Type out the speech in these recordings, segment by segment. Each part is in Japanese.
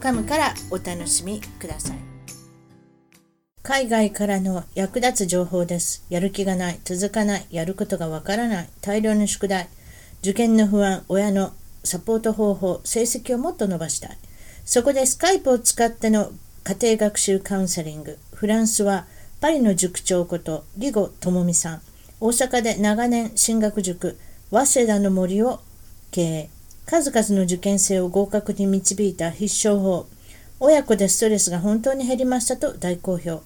.com からお楽しみください海外からの役立つ情報です。やる気がない、続かない、やることがわからない、大量の宿題、受験の不安、親のサポート方法、成績をもっと伸ばしたい。そこでスカイプを使っての家庭学習カウンセリング、フランスはパリの塾長こと、リゴ智美さん、大阪で長年進学塾、早稲田の森を経営、数々の受験生を合格に導いた必勝法、親子でストレスが本当に減りましたと大好評。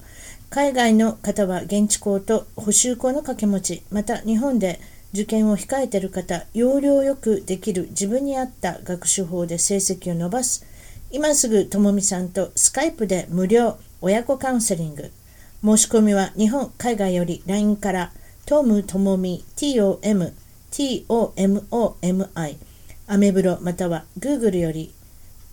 海外の方は現地校と補修校の掛け持ち、また日本で受験を控えている方、要領よくできる自分に合った学習法で成績を伸ばす。今すぐともみさんとスカイプで無料親子カウンセリング。申し込みは日本、海外より LINE から、トムともみ TOM、TOMOMI、アメブロまたは Google より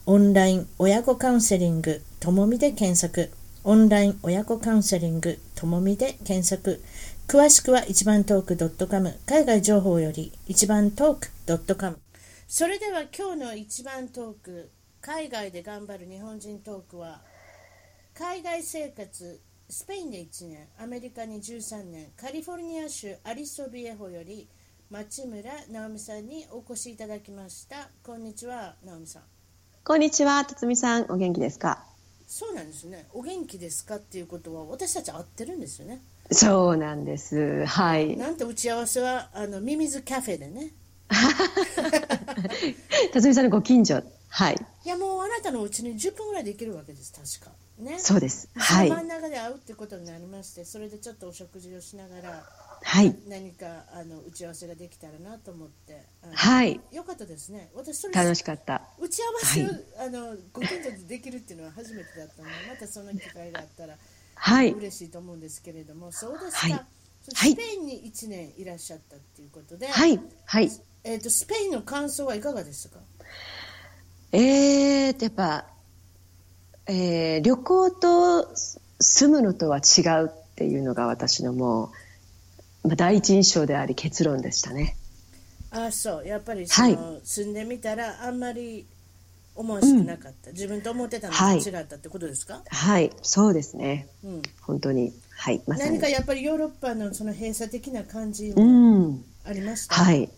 オンライン親子カウンセリングともみで検索。オンライン親子カウンセリングともみで検索。詳しくは一番トーク .com。海外情報より一番トーク .com。それでは今日の一番トーク、海外で頑張る日本人トークは、海外生活、スペインで1年、アメリカに13年、カリフォルニア州アリソビエホより、町村直美さんにお越しいただきました。こんにちは、直美さん。こんにちは、辰巳さん、お元気ですか。そうなんですね。お元気ですかっていうことは私たち会ってるんですよね。そうなんです。はい。なんて打ち合わせはあのミミズカフェでね。辰巳さんのご近所。はい。いやもうあなたのうちに10分ぐらいで行けるわけです確かね。そうです。はい。真ん中で会うってことになりまして、それでちょっとお食事をしながらはい。何かあの打ち合わせができたらなと思って。あのはい。よかったですね。私それ楽しかった。打ち合わせを、はあのご近所でできるっていうのは初めてだったので、またそんな機会があったら。はい。嬉しいと思うんですけれども、そうですか、はいそはいスペインに1年いらっしゃったっていうことで、はい。はい。えー、とスペインの感想はいかがですか、えーと、やっぱ、えー旅行と住むのとは違うっていうのが私のもう、まあ、第一印象であり結論でしたね。ああそう、やっぱりその、住んでみたら、あんまり思わしくなかった、自分と思ってたのとはい違ったってことですか、はい。そうですね。うん、本当に。はい。まさ何にか。やっぱりヨーロッパのその閉鎖的な感じうもん。ありました、はい。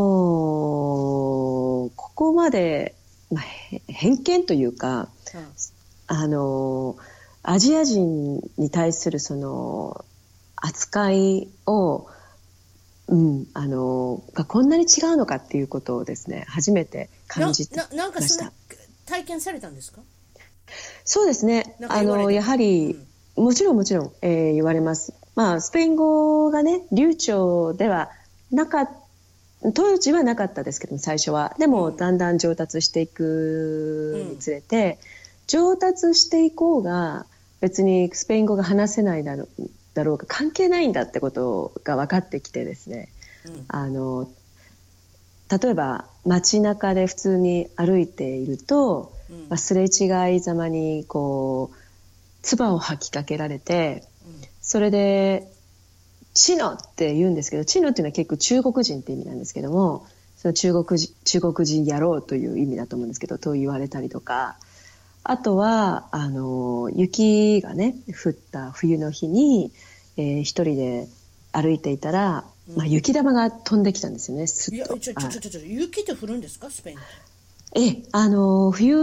もう、ここまで、まあ、へ偏見というか、うんあの、アジア人に対するその、扱いを、うん、あの、がこんなに違うのかっていうことをですね、初めて感じてなななんかましそんたな。体験されたんですかそうですねなん。かあ言われての、やはり、うんもちろんもちろん、えー言われます。まあ、スペイン語がね、流暢ではなかっ当時はなかったですけども、最初は。でも、だんだん上達していくにつれて、上達していこうが、別にスペイン語が話せないだろうだろうが関係ないんだってことが分かってきてですね。うんあの、例えば街中で普通に歩いていると、うんまあすれ違いざまにこう唾を吐きかけられてうんそれで「チノ」って言うんですけど「チノ」っていうのは結構中国人って意味なんですけどもその中国人中国人野郎という意味だと思うんですけどと言われたりとかあとはあの雪がね降った冬の日に、えー一人で歩いていたら、まあ、雪玉が飛んできたんですよねすいやっちとょ。ちょはいちょちょちょ雪って降るんですかスペインってええ、あの、冬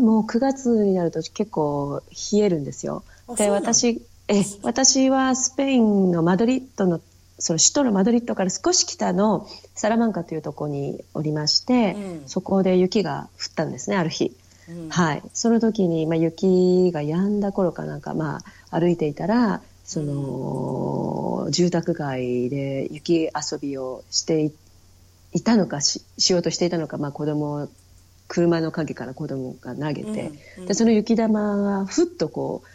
も9月になると結構冷えるんですよ。あそうで、なの私、ええ、私はスペインのマドリッドの、その首都のマドリッドから少し北のサラマンカというところにおりまして、うんそこで雪が降ったんですね、ある日。うんはい。その時に、まあ、雪が止んだ頃かなんか、まあ、歩いていたら、その、住宅街で雪遊びをしていいたのかし、しようとしていたのか、まあ、子供車の陰から子供が投げて、うんうんでその雪玉がふっとこう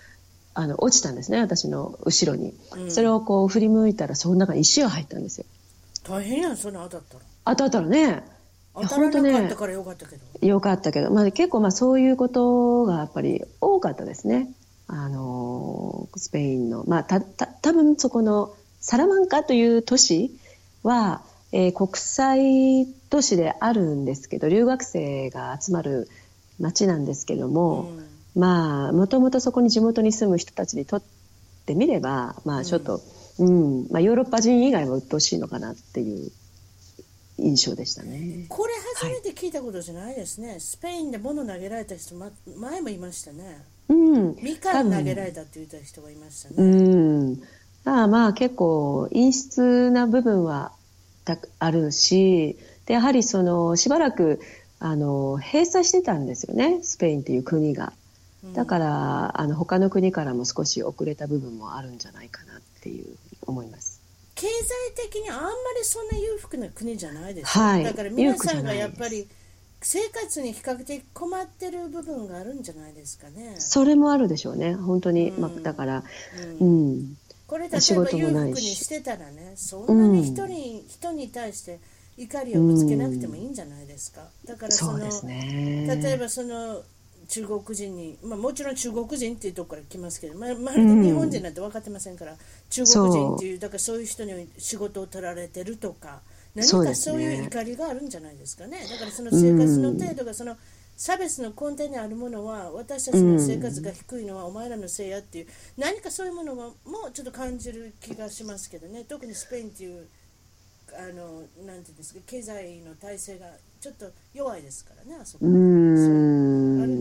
あの落ちたんですね私の後ろに、うんそれをこう振り向いたらその中に石が入ったんですよ大変やんそんな当たったらあとあったらねい当やたら本当なかっねたからよかったけど、よかったけど、まあ、結構まあそういうことがやっぱり多かったですね、あのースペインの、まあ、たた多分そこのサラマンカという都市は、えー国際都市であるんですけど留学生が集まる町なんですけども、うんまあもともとそこに地元に住む人たちにとってみれば、まあ、ちょっと、うんまあ、ヨーロッパ人以外は鬱陶しいのかなっていう印象でしたね。これ初めて聞いたことじゃないですね、スペインで物投げられた人、ま、前もいましたねうんみかん投げられたって言った人がいましたね、うん。まあまあ結構陰湿な部分はたあるし、で、やはりそのしばらくあの閉鎖してたんですよね、スペインっていう国が。だから、あの他の国からも少し遅れた部分もあるんじゃないかなっていう思います。経済的にあんまりそんな裕福な国じゃないですよ、はいだから皆さんが裕やっ福じゃぱないり生活に比較的困ってる部分があるんじゃないですかね、それもあるでしょうね、本当に。うんまあ、だから、うんうん。これ例え仕ば事裕も福ないしにしてたらねそんなに人に,、人に対して怒りをぶつけなくてもいいんじゃないですかだからそそのうですね。例えばその中国人に、まあ、もちろん中国人っていうところから来ますけど、まあ、まるで日本人なんて分かってませんから、中国人っていうだからそういう人に仕事を取られてるとか何そうかですそねういう怒りがあるんじゃないですかねだからその生活の程度がその差別の根底にあるものは私たちの生活が低いのはお前らのせいやっていう何かそういうものももちょっと感じる気がしますけどね特にスペインっていうあのなんていうんですか経済の体制がちょっと弱いですからねあそこうあるん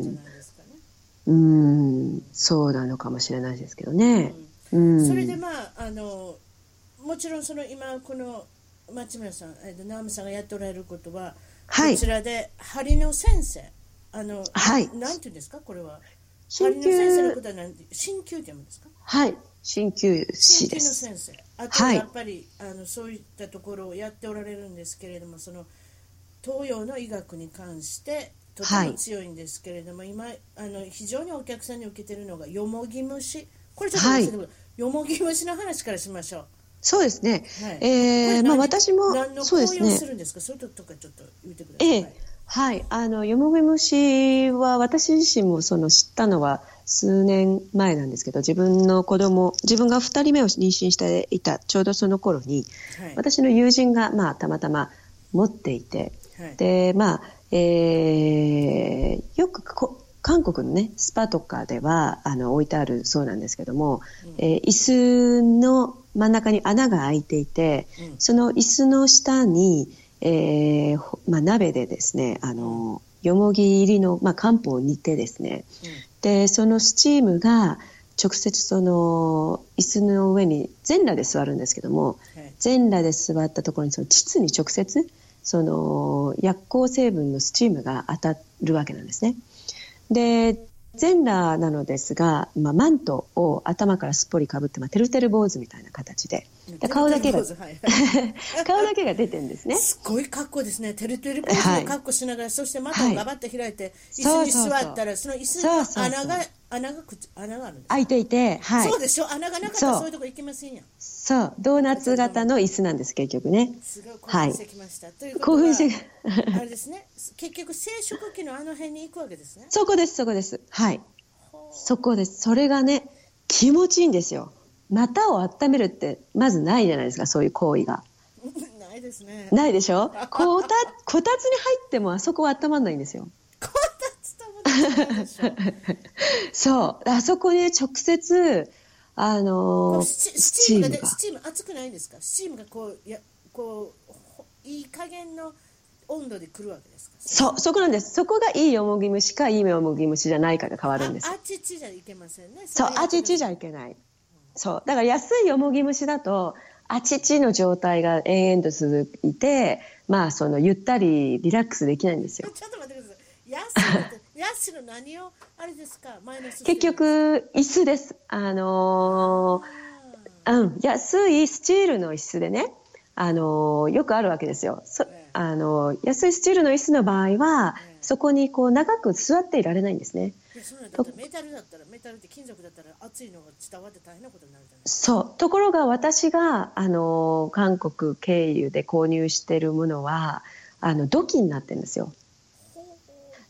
じゃん。ないですかね。うん。そうなのかもしれないですけどね。うん。それでまああのもちろんその今この町村さん、えっと直美さんがやっておられることは、はいこちらで針の先生あの、はいなんていうんですかこれは針鍼の先生の灸ことはなんて鍼灸って読むんですかはい、鍼灸師鍼灸でのす。先生あとはいやっぱり、あのそういったところをやっておられるんですけれどもその東洋の医学に関してとてはもい強いんですけれども、今あの非常にお客さんに受けてるのがよもぎ虫これちょっと教えてくださいよもぎ虫の話からしましょうそうですね。はいこえれー、まあ何私も何のそう紅で葉すすね。るんですか、そういうとこからちょっと言ってください。ええ、はい、あのよもぎ虫は私自身もその知ったのは数年前なんですけど、自分の子供、自分が二人目を妊娠していたちょうどその頃に、はい私の友人がまあたまたま持っていて、はいでまあえーよくこ韓国のねスパとかではあの置いてあるそうなんですけども、えー椅子の真ん中に穴が開いていて、うんその椅子の下に、えーほまあ、鍋でですねあのよもぎ入りの、まあ、漢方を煮てですねでそのスチームが直接その椅子の上に全裸で座るんですけども、うんはい全裸で座ったところにその膣に直接その薬効成分のスチームが当たるわけなんですね。で全裸なのですが、まあ、マントを頭からすっぽりかぶって、まあ、てるてる坊主みたいな形でで顔だけがはいはい 顔だけが出てるんで すね。すごい格好ですね、てるてるポーズの格好しながら、そして股をガバッと開いて、椅子に座ったら、その椅子そうそうそうの穴が穴が口穴があるんです、開いていて、はい、そうでしょ、穴がなかったらそうそういうとこ行きませんやん。そうドーナツ型の椅子なんです結局ね。すごい興はい奮してきました。ということは興奮して あれですね、結局生殖器のあの辺に行くわけですね。 そこですそこですはいほそこですそれがね気持ちいいんですよ。股を温めるってまずないじゃないですかそういう行為が。うないですね。ないでし ょこたこたつに入ってもあそこは温まんないんですよこたつと思ってないで しょ。そうあそこに直接あのースチスチームがねススチーム熱くないんですかスチームがこういやこうほいい加減の温度で来るわけですかそうそこなんですそこがいいよもぎ虫かいいよもぎ虫じゃないかが変わるんですあっちちじゃいけませんねそうあちちじゃゃいけないそうだから安いよもぎ虫だとあちちの状態が延々と続いてまあそのゆったりリラックスできないんですちょよっと待ってくださいヤッシーってヤッシーの何をあれですかマイナス結局椅子ですあのーうん、安いスチールの椅子でね、あのーよくあるわけですよそええあの安いスチールの椅子の場合はそこにこう長く座っていられないんですね。いやそうなんだだってメタルだったらメタルって金属だったら熱いのが伝わって大変なことになるじゃないですそうところが私があの韓国経由で購入してるものはあの土器になってるんですよ。か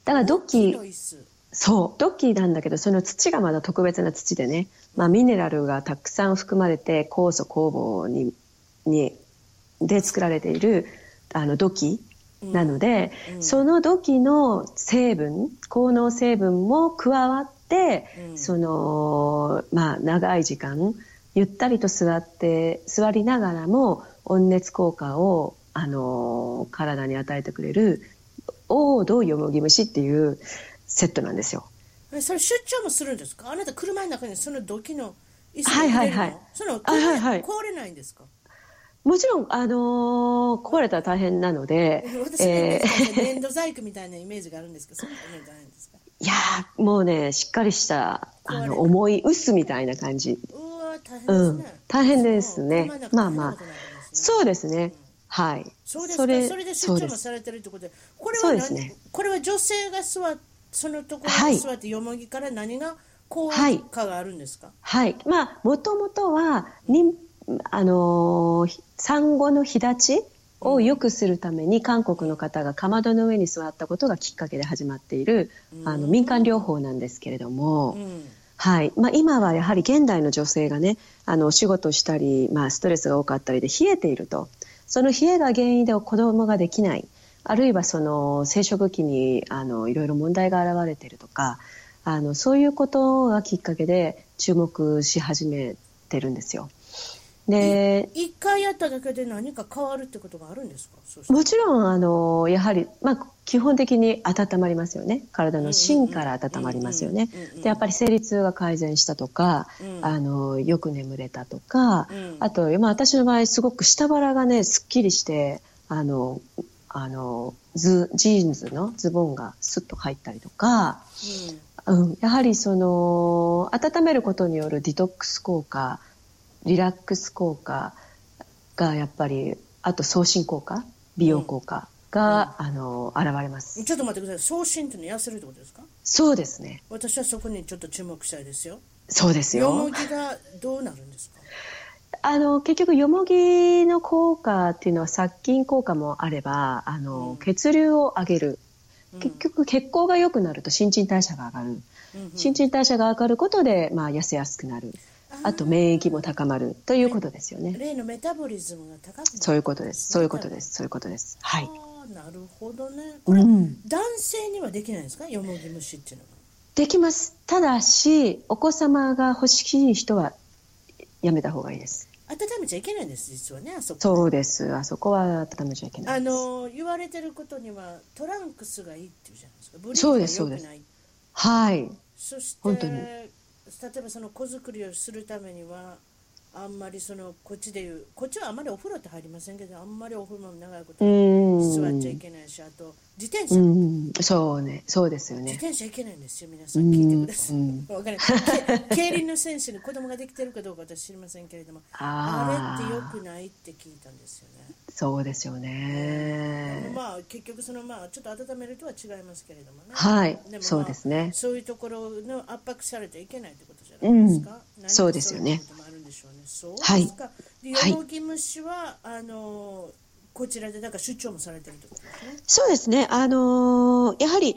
だから土器の椅子そう土器なんだけどその土がまだ特別な土でね、まあ、ミネラルがたくさん含まれて酵素酵母ににで作られているあの土器なので、うんその土器の成分効能成分も加わって、うんそのまあ長い時間ゆったりと座って座りながらも温熱効果をあの体に与えてくれる王道よもぎ虫っていうセットなんですよ。えそれ出張もするんですかあなた車の中にその土器の椅子はいはい入れるのはいそのあはいはい壊れないんですか、もちろん、あのー壊れたら大変なので私ねえー粘土細工みたいなイメージがあるんですけどそういうのじゃないんですかいやーもうね、しっかりした、あ壊れの、た重い臼みたいな感じ。うわー大変でうすんね、。大変ですねそう。まあまあ、そうですね。はい。そうですかそれで出そう張でもすされてるってことでこれそはう何ですねこれは女性が座っそのところはにい座ってよもぎから何が効はい果があるんですか、はい。まあ、もともとは、に、あのーひ産後の日立ちを良くするために、韓国の方がかまどの上に座ったことがきっかけで始まっている、あの、民間療法なんですけれども、うんはいまあ、今はやはり現代の女性がねあのお仕事したり、まあ、ストレスが多かったりで冷えているとその冷えが原因で子供ができないあるいはその生殖期にあのいろいろ問題が現れているとかあのそういうことがきっかけで注目し始めてるんですよ。で一回やっただけで何か変わるってことがあるんですかそうしたらもちろんあのやはり、まあ、基本的に温まりますよね体の芯から温まりますよねうんうんうんうんうんうんでやっぱり生理痛が改善したとか、うんあのよく眠れたとか、うんあと、まあ、私の場合すごく下腹がねすっきりしてあのあのズジーンズのズボンがスッと入ったりとか、うんうん、やはりその温めることによるディトックス効果リラックス効果がやっぱりあと送信効果美容効果が、あの現れます、ちょっと待ってください。送信っていうのは痩せるってことですかそうですね私はそこにちょっと注目したいですよ。そうですよよもぎがどうなるんですかあの結局よもぎの効果っていうのは殺菌効果もあればあうんの血流を上げる、結局血行が良くなると新陳代謝が上がる、うんうん新陳代謝が上がることで、まあ、痩せやすくなるあと免疫も高まるということですよね、例のメタボリズムが高くなるそういうことですそういうことですそういうことですはい、あーなるほどね。これ、うん、男性にはできないんですかよもぎ蒸しっていうのは。できますただしお子様が欲しい人はやめた方がいいです温めちゃいけないんです、実はね、あそこ。そうですあそこは温めちゃいけなあいですのー言われてることにはトランクスがいいっていうじゃないですか。ブリそうーでフすが良くないはいそして本当に例えばその子作りをするためにはあんまりそのこっちでいうこっちはあんまりお風呂って入りませんけどあんまりお風呂も長いことうん座っちゃいけないしあと自転車、うん、そうね、そうですよ自ね。転車いけないんですよ皆さん聞いてください、うんわかりませんけ 競輪の選手に子供ができてるかどうか私知りませんけれどもああれっーて良くないって聞いたんですよねそうですよね。まあ結局そのまあちょっと温めるとは違いますけれどもねはいもまあそうですねそういうところの圧迫されていけないってことじゃないですか、うん何そうですよねそういうこともあるんでしょうねそうはいですかではいヨモギ虫は、あのこちらでだから出張もされてるってことですねそうですね。あのーやはり、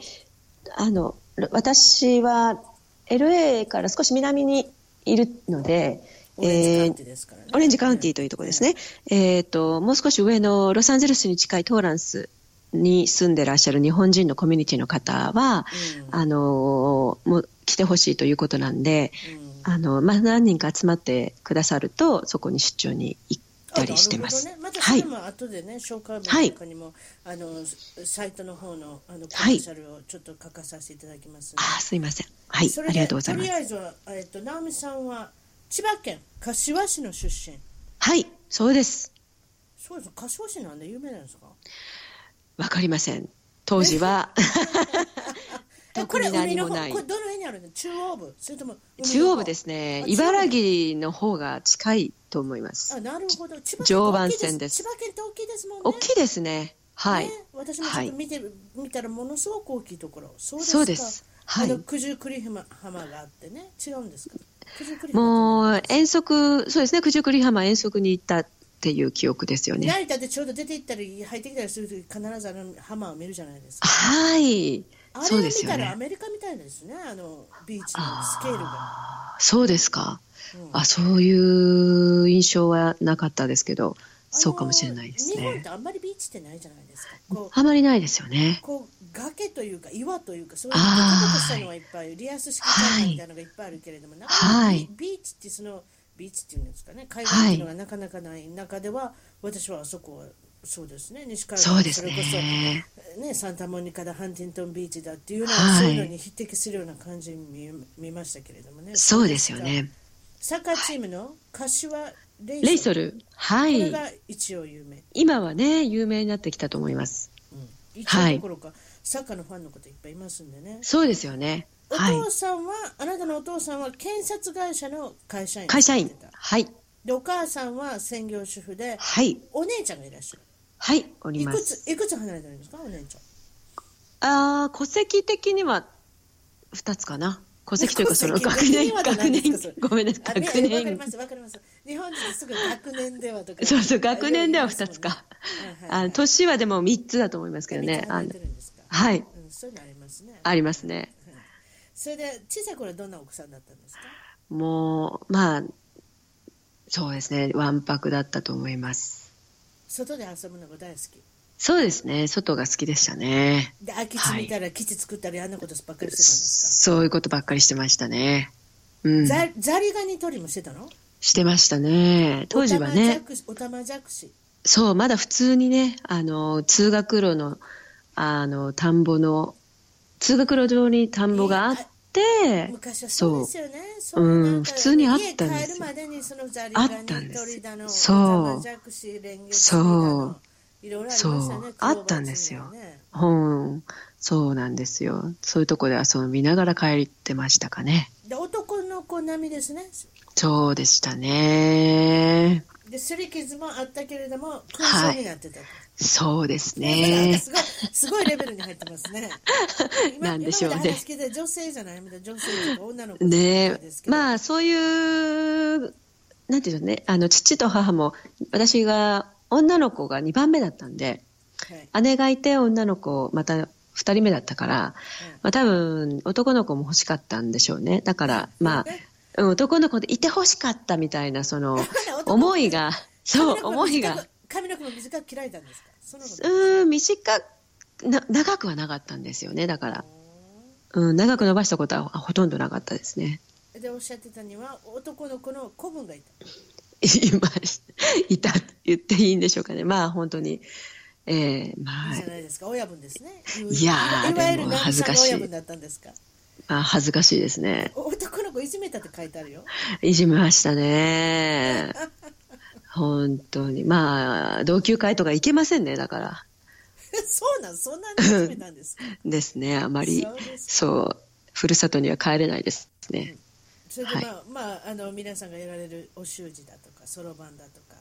あの、私は LA から少し南にいるので、オレンジカえウンテーィですからね、オレンジカウンティーというところですね。えっ、と、もう少し上のロサンゼルスに近いトーランスに住んでらっしゃる日本人のコミュニティの方は、うんあのーもう来てほしいということなんで、うんあの、まあ、何人か集まってくださると、そこに出張に行ったりしてます。あなるほどね、またそはれい。も後でね、紹介文の中にも、あのサイトの方のあのコマーシャルをちょっと書かさせていただきますので、あ、すいません。はいそ。れあでりがとうございとまりす。あえずは、えっと、直美さんは千葉県柏市の出身。はい。そうです。そうです。柏市なんで有名なんですか。わかりません。当時は、え特に何もないこれどの辺にあるの？中央部、それとも海の方 中央部ですねあ。茨城の方が近いと思いますあ、。なるほど。千葉県常磐線です千葉県って大きいですもんね。大きいですね。はい、ね、私もちょっと見て、見たらものすごく大きいところそうですかそうですはいあの九十九里浜浜があってね違うんですか九十九里浜もう遠足そうですね九十九里浜遠足に行ったっていう記憶ですよね成田でちょうど出て行ったり入ってきたりするとき必ずあの浜を見るじゃないですかはいあれそをう見ですよたらアねメリカみたいですねあのビーチのスケールが、そうですかうんあそういう印象はなかったですけどそうかもしれないですあの日本っねてあんまりビーチってないじゃないですかこうあまりないですよねこう崖というか岩というかそういうあーガタガタしたのはいっぱいリアス式海岸みたいなのがいっぱいあるけれども、なんかはいビーチってそのビーチっていうんですかね海岸っていうのがなかなかない中では、私はあそこはそうですね西海岸そうですれこそねね、サンタモニカだハンティントンビーチだっていうのは、はいそういうのに匹敵するような感じに見え見ましたけれどもねそうですよねサッカーチームの柏レイソルレイソルはこれいが一応有名、今はね有名になってきたと思いますうん、一は応いどころか、サッカーのファンの方いっぱいいますんでねそうですよねおはい父さんは、あなたのお父さんは検察会社の会社員会社員だったはいでお母さんは専業主婦ではいお姉ちゃんがいらっしゃるはいおりいまくすついくつ離れてるんですかお姉ちゃんあー戸籍的には2つかな戸籍というかその戸学籍的年にはじゃな学いです年かそれごめんなさあいね学わかり年ますわかります日本人ってすぐ学年ではとかそうそう学年では2つかはいはいはいあ年はでも3つだと思いますけど三ねつあ離れのてるんですかはいうん、そういうのありますねありますねそれで小さい頃はどんな奥さんだったんですかもうまあそうですねわんぱくだったと思います外で遊ぶのが大好きそうですね外が好きでしたねで空き地見たら基地作ったりあんなことばっかりしてたんですそういうことばっかりしてましたねうんか、ざザリガニ取りもしてたのしてましたね当時はねおたまじゃくしそう、まだ普通にね、あの、通学路の、あの、田んぼの、通学路上に田んぼがあって、昔はそうですよねうそなうんか普通にあったんですよ家帰るまでにそのザリあガっニたんです鳥だのそうおたまじゃくしレンゲツリだのいろいろありましたそねうあったんですよクローバーチームはねうん、そうなんですよ。そういうとこで遊びながら帰ってましたかね。で男の子並みですねそうでしたね。ですり傷もあったけれども勲章になってたと、そうですなんかね。すごいすごいレベルに入ってますね今 なんでしょう今ねまで話聞いて女性じゃないみたいな女性というか女の子ねですけど、まあ、そういう、なんていうのね、あの、父と母も、私が、女の子が2番目だったんで、はい姉がいて女の子また2人目だったから、まあ、多分男の子も欲しかったんでしょうねだからまあねうん男の子でいて欲しかったみたいなその男の子思いがそう思いが髪の毛も短く嫌いなんですかそのことうん短くな長くはなかったんですよねだから、うん、長く伸ばしたことはほとんどなかったですね でおっしゃってたには男の子の子分がいた今いたって言っていいんでしょうかねまあ本当にえーまあじゃないですか親分ですねいやーいわゆでるも恥ずか直しい美さんが親分だったんですかまあ恥ずかしいですね男の子いじめたって書いてあ るよいじめまし たね。本当に。まあ、同級会とか行けませんね、だから。そうなんそんなにいじめたんですかですね、 あまりそう。ですそう、ふるさとには帰れないですね。それでまあ、まああの皆さんがやられるお習字だとかそろばんだとか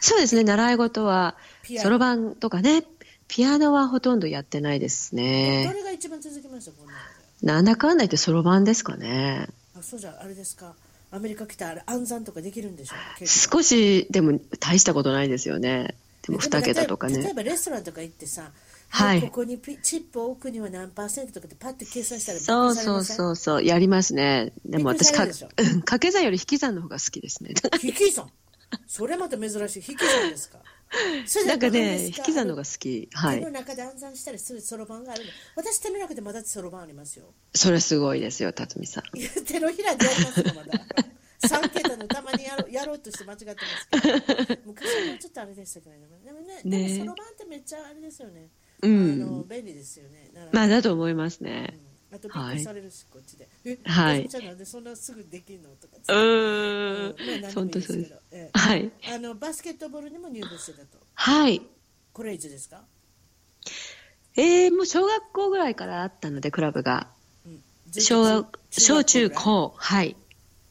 そうですね、習い事はピ、アノそろばんとかね、ピアノはほとんどやってないですどね。れが一番続きましたこんなのでなんだかんだ言ってそろばんですかね。あそうじゃあれですかアメリカ来たらあれ暗算とかできるんでしょう結構少し、でも大したことないですよね。でも2桁とか例えばね。例えばレストランとか行ってさ、はいここにピチップを置くには何パーセントとかってパッと計算したらそうそううそうそう、やりますね。でも私か、びっくりされるうん 掛け算より引き算の方が好きですね。引き算それまた珍しい引き算です かそれじなゃんかどうでね、す引き算の方が好き。は手いの。中で暗算したりするそろばんがあるの私手の中でまだそろばんありますよ それすごいですよ、辰巳さん。いや手のひらでやりますよまだ 3桁のたまにやろうやろうとして間違ってますけど昔はちょっとあれでしたけれどもでもねねでもそろばんってめっちゃあれですよね、うんあの便利ですよねならまあ、だと思いますね。あとびっくりされるし、こっちで。え、はいじゃあなんでそんなすぐできんのとか。うーんうんまあ。何でもい本い当ですそうでけすど。。ええはい。あのバスケットボールにも入部してたと。はい。これ以上ですか。えー、もう小学校ぐらいからあったので、クラブが。うん小学、小中。ぐらい高。はい。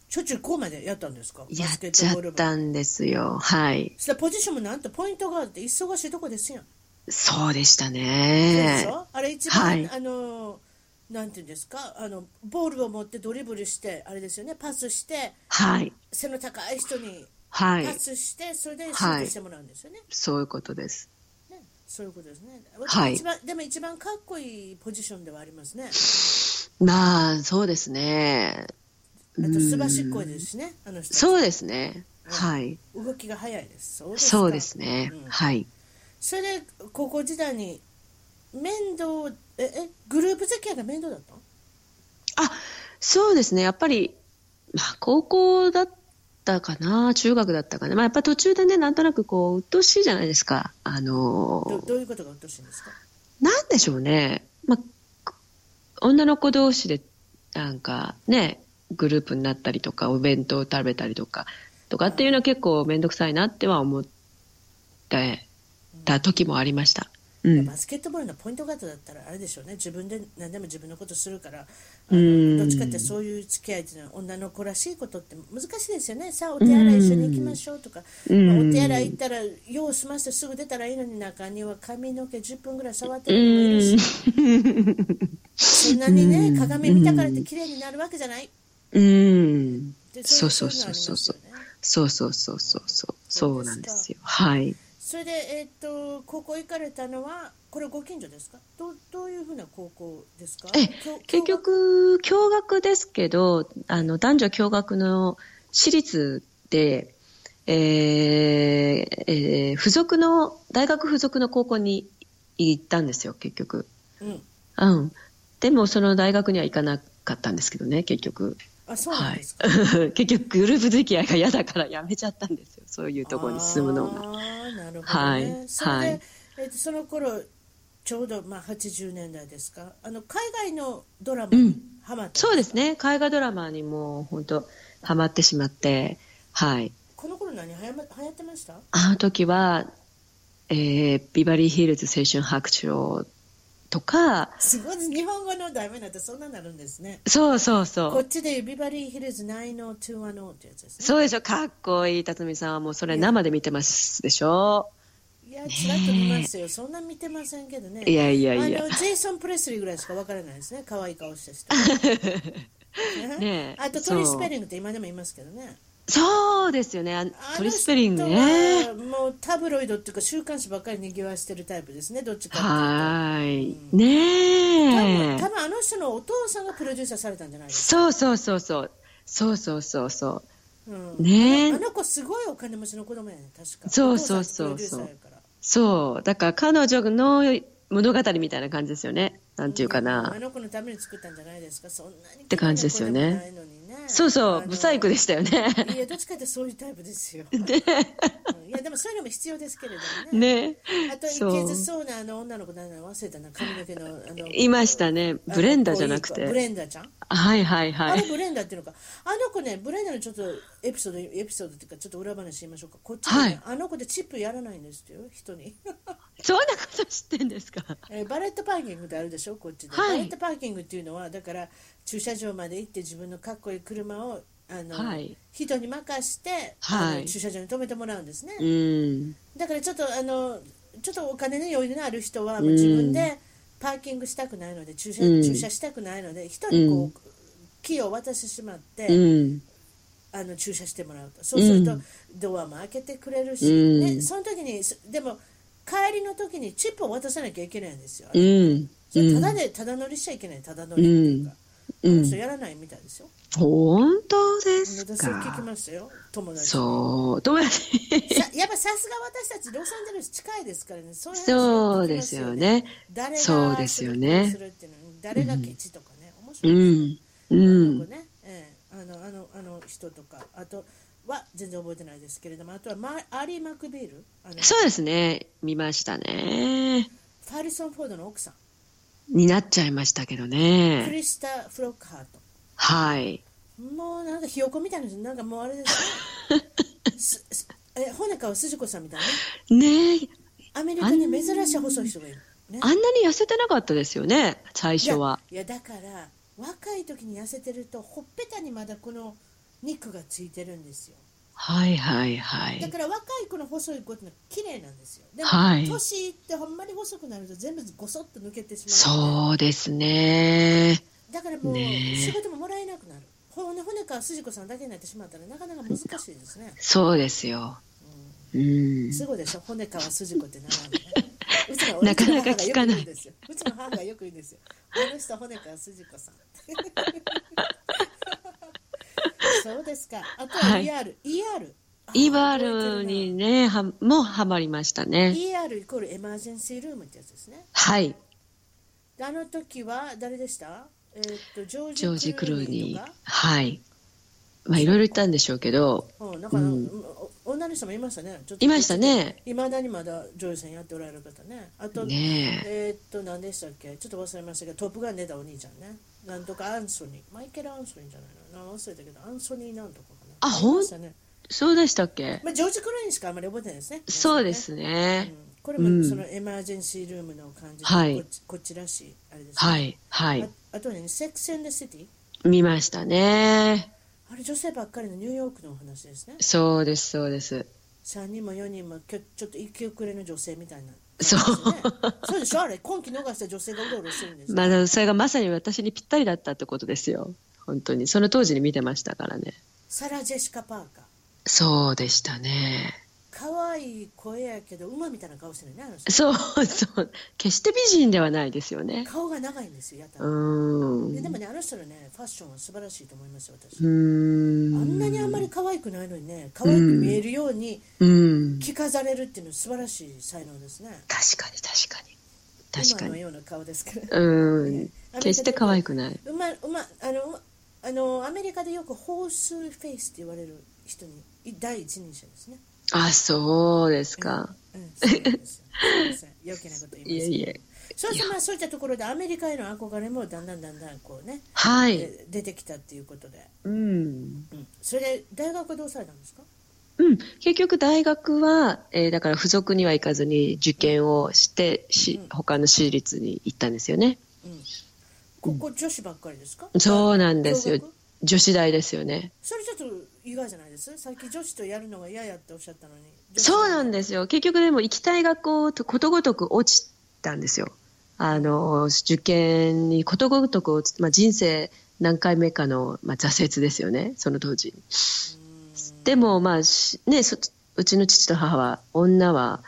小中高までやったんですか。やバスケっッちトゃボールっ部。たんですよ。はい。そしたらポジションもなんとポイントガードって忙しいとこですやん。そうでしたでしね。ょあれ一番、はいあのなんていうんですかあのボールを持ってドリブルしてあれですよねパスしてはい。背の高い人にはいパ。スして、それでシュートしてもらうんですよね。そういうことです。ねそういうことですね。はい一番でも一番かっこいいポジションではありますね。あとまあ、そうですね。すばしっこいですしね。あの人そうですね。はい。動きが早いです。そうですかそうですねうん。はい。それで高校時代に面倒ええグループ付き合いが面倒だったの？あ、そうですね。やっぱり、まあ、高校だったかな、中学だったかな。まあ、やっぱ途中でね、なんとなくこう、鬱陶しいじゃないですか。あのーどどういうことがうっとしいんですか？なんでしょうね、まあ、女の子同士でなんかねグループになったりとかお弁当を食べたりとかとかっていうのは結構面倒くさいなっては思ってた時もありました。うんバ、スケットボールのポイントガードだったらあれでしょうね自分で何でも自分のことするからあうんのどっちかってそういう付き合いっていうのは女の子らしいことって難しいですよねさあお手洗い一緒に行きましょうとか、うんまあお手洗い行ったら用を済ませてすぐ出たらいいのに中には髪の毛10分ぐらい触ってるのもいるしそんなにね鏡見たからって綺麗になるわけじゃないうん、でそうそうそうそうそういのありますよねそうそうそうそうそうそそううですかなんですよ。はい。それで、えーっと高校行かれたのはこれご近所ですかどうどういうふうな高校ですかええ教結局共学ですけどあの男女共学の私立で、えーえー付属の大学附属の高校に行ったんですよ結局、教うんうん、でもその大学には行かなかったんですけどね結局、 あ、そうなはんいです、か。結局グループ付き合いが嫌だからやめちゃったんですよそういうところに進むのが。あーなるほどね。はいそれで、はいえっとその頃ちょうどまあ80年代ですか。あの海外のドラマうにんハマった、そうです。ね海外ドラマにもう本当ハマってしまってはいこの頃何流行ま流行ってました？あの時は、えービバリーヒルズ青春白鳥とか、すごい日本語の題名なんてそんなになるんですね。そうそうこそっう。ちでいうビバリーヒルズ90210ってやつですね。そうでしょ、かっこいい、辰巳さんはもうそれ生で見てますでしょ。いやちらっと見ますよ。そんな見てませんけどね。いやいやいあやの。ジェイソン・プレスリーぐらいしかわからないですね。可愛い顔してして。 ねえあとトリー・そスうペリングって今でもいますけどね。そうですよね、ああのの人はトリスペリングね。もうタブロイドっていうか週刊誌ばっかりにぎわしてるタイプですねどっちかってはーい。いうと多分ねえ。多分あの人のお父さんがプロデューサーされたんじゃないですか、そうそうそうそう。そうそうそうそう。うんねえあの子すごいお金持ちの子供やね確かそうそうそうお父さんがプロデューサーやからそう。だから彼女の物語みたいな感じですよね。なんていうかなあ。の子のために作ったんじゃないですかそんなにって感じですよねないのにねそうあそう、のブサイクでしたよね。いやどっちかってそういうタイプです よ、うんいやでもそういうのも必要ですけれどもねね。あといそうけずそうなあの女の子何なの忘れたな髪の毛のあのいましたね。ブレンダーじゃなくあのブレて。ンダーちゃんはいはいあはれい。ブレンダーっていうのかあの子ねブレンダーのちょっとエピソードエピソードっていうかちょっと裏話言いましょうかこっちでね、はいあの子でチップやらないんですよ人に、 そんなこと知ってんですかえーバレットパーキングってあるでしょこっちで、はいバレットパーキングっていうのはだから駐車場まで行って自分のかっこいい車をあの、はい人に任して、はいあの駐車場に止めてもらうんですね、うん。だからちょっとあのちょっとお金の余裕のある人はもう自分でパーキングしたくないので駐車,、うん駐車したくないので人にこう、キーを渡してしまって、うん。あの駐車してもらうとそうするとドアも開けてくれるし、うんね、その時にすでも帰りの時にチップを渡さなきゃいけないんですよ、うん。それただでただ乗りしちゃいけないただ乗りっていうか、うんあの人やらないみたいですよ、本当私ですそれ聞きかましたよ友達にそう。どうやってさやっぱさすが私たちロサンゼルス近いですからねそういう話そをう聞きでますよね。誰がそうですよねするっていうのに誰がケチとかね、面う白いですよねん。あうのん。ね、ええあのあのあの人とかあとは全然覚えてないですけれどもあとはマアーリー・マクビールあのフそうですね。見ましたね。ァリソン・フォードの奥さんになっちゃいましたけどクね。リスタ・フロックハートはい。もうなんかひよこみたいな人なんかもうあれです ねすすえほなかはすじこさんみたいなねねえ。アメリカに珍しい細い人がいる、ね、あんなに痩せてなかったですよね。最初は。いやいやだから若い時に痩せてるとほっぺたにまだこの肉がついてるんですよはいはいはだい。から若い子の細い子ってのは綺麗なんですよ。でも、はい年いってほんまに細くなると全部ごそっと抜けてしまうので。そうですね。だからもうねえ仕事ももらえなくなる。骨骨川筋子さんだけになってしまったらなかなか難しいですね。そうですよ。うん。すごいでしょ、骨川筋子って名前ね。 うちのなかなか聞かない俺うちの母がよく言うんですよ。うちの母がよく言うんですよ。あの人、骨川筋 子さん。そうですか。あとははい ER。ER。あイバルに。ね、はもうハマりました覚えね。てるな ER イコールエマージェンシールームってやつですね。はい。であの時は誰でしたえーっと、ジョジョーージ・ジ・ククルルーーニーニーとか。。はい。まあ、いろいろ言ったんでしょうけど、うん、なんか、うんお女の人もいましたね。ちょっといました。ね。いまだにまだ女優さんやっておられる方ね。あと、ねえ。えーっと、何でしたっけちょっと忘れましたけど、トップガン出たお兄ちゃんね。なんとかアンソニー。マイケル・アンソニーじゃないのなんか忘れたけど、アンソニーなんとかかな。あほんいましたね。そうでしたっけまあ、ジョージ・クルーニーしかあんまり覚えてないですね。そうでね。すうねん。、これうんもそのエマージェンシールームの感じで、はいこっちこっちらしい、あれですね、はい。はい。ああとね、セックス・ンド・シティ。見ましたね。あれ、女性ばっかりのニューヨークのお話ですね。そうです、そうです。 3人も4人もきょちょっと生き遅れの女性みたいな、そうねそうでしょあれ、今期逃した女性がうろうろしてるんですよまあ、それがまさに私にぴったりだったってことですよ。本当に。その当時に見てましたからね。サラ・ジェシカ・パーカー。そうでしたね。可愛い声やけど馬みたいな顔してるねあの人そうそう。決して美人ではないですよね。顔が長いんですよやたうら、ーん。ででうもねあの人のねファッションは素晴らしいと思いますよ私、ーん。あんなにあんまり可愛くないのにね可愛く見えるようにうん。着飾れるっていうのは素晴らしい才能ですね確かに確かに。確か今のに。ような顔ですからうん。アメリカで決して可愛くない。うまうまあのうまあのアメリカでよくホースフェイスって言われる人にい第一人者ですね、あ、そうですか。うん、そうなんですよすいません余計なこと言いえいいますえ。そうそうまあそういったところでアメリカへの憧れもだんだんだんだんこうねはい。で出てきたっていうことで、うん。うん、それで大学はどうされたんですかうん、結局大学は、えーだから付属には行かずに受験をしてしうん他の私立に行ったんですよねここ女子ばっかりですか、そうなんですよ共学女子大ですよねそれちょっと意外じゃないですさっき女子とやるのが嫌やっておっしゃったのにそうなんですすよ結局でも行きたい学校とことごとく落ちたんですよあの受験にことごとく落ち、まあ、人生何回目かの、まあ、挫折ですよねその当時でもまあしねそうちの父と母は女は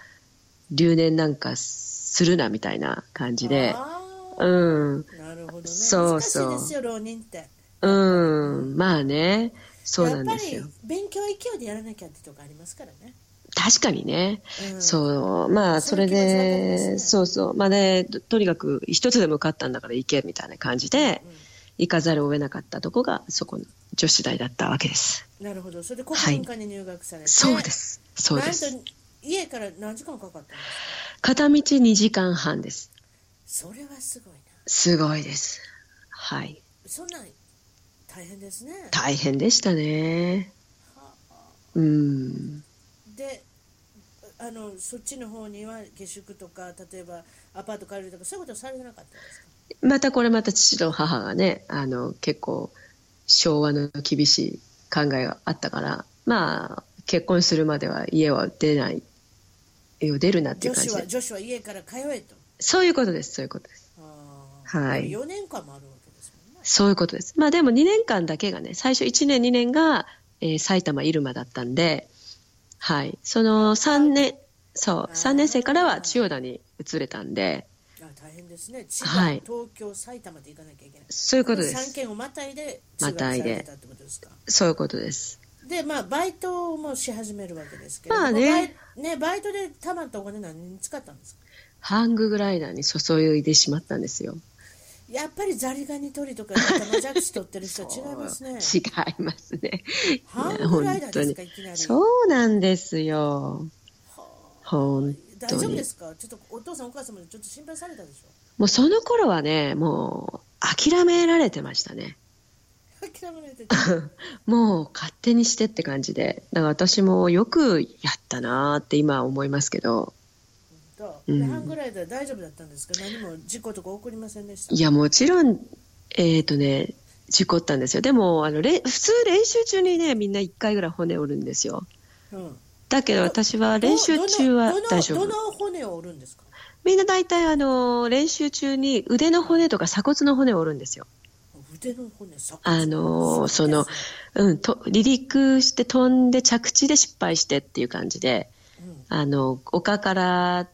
留年なんかするなみたいな感じでうん、なるほどねそうそう難しいですよ浪人ってうん、まあね、そうなんですやよっぱ。り勉強は勢いでやらなきゃってとこありますからね、確かにね、うんそう、まあ、そそういれう気持ちわかりますで、ねそうそう、まあね、ととにかく一つでも受かったんだから行けみたいな感じで、行かざるを得なかったとこが、そこの女子大だったわけです。なるほどそれで国民科に入学されて、そうです、そうでなす。んと家から何時間かかったんです片道2時間半です。かそれはすごいなすごいです。はい。そんなん大変ですね大変でしたね。はあうん。であのそっちの方には下宿とか例えばアパート借りるとかそういうことされてなかったんですかまたこれまた父と母がねあの結構昭和の厳しい考えがあったからまあ結婚するまでは家は出ない家を出るなっていう女感子じはで女子は家から通えとそういうことですそういうことですあーはい4年間もあるわけですもんねそういうことですまあでも2年間だけがね最初1年2年が、えー埼玉入間だったんではいその3年そう3年生からは千代田に移れたんであ大変ですね千葉、はい東京埼玉で行かなきゃいけないそういうことで3す県をまたいでま通学たさいれでてたってことですかそういうことですでまあバイトもし始めるわけですけれども、まあねバイねバイトで貯まったお金何に使ったんですかハンググライダーに注いでしまったんですよやっぱりザリガニ取りとか玉じゃくし取ってる人は違います ね違いますね。ハングライダーですかいや本当にいきなりそうなんですよ。は本あ大当丈夫でに。すかちょっとお父さんお母様にちょっと心配されたでしょもうその頃はね、もう諦められてましたね。 諦められててもう勝手にしてって感じで。だから私もよくやったなーって今思いますけど。とうんでハングライダー大丈夫だったんですか何も事故とか起こりませんでしたいや、もちろん、えっ、とね、事故ったんですよでもあのれ普通練習中にねみんな1回ぐらい骨折るんですようん、だけど私は練習中はどの大丈ど夫の骨を折るんですかみんな大体あの練習中に腕の骨とか鎖骨の骨を折るんですよ腕の骨鎖骨あのそーそうですの、うん、と離陸して飛んで着地で失敗してっていう感じでうんあの丘から、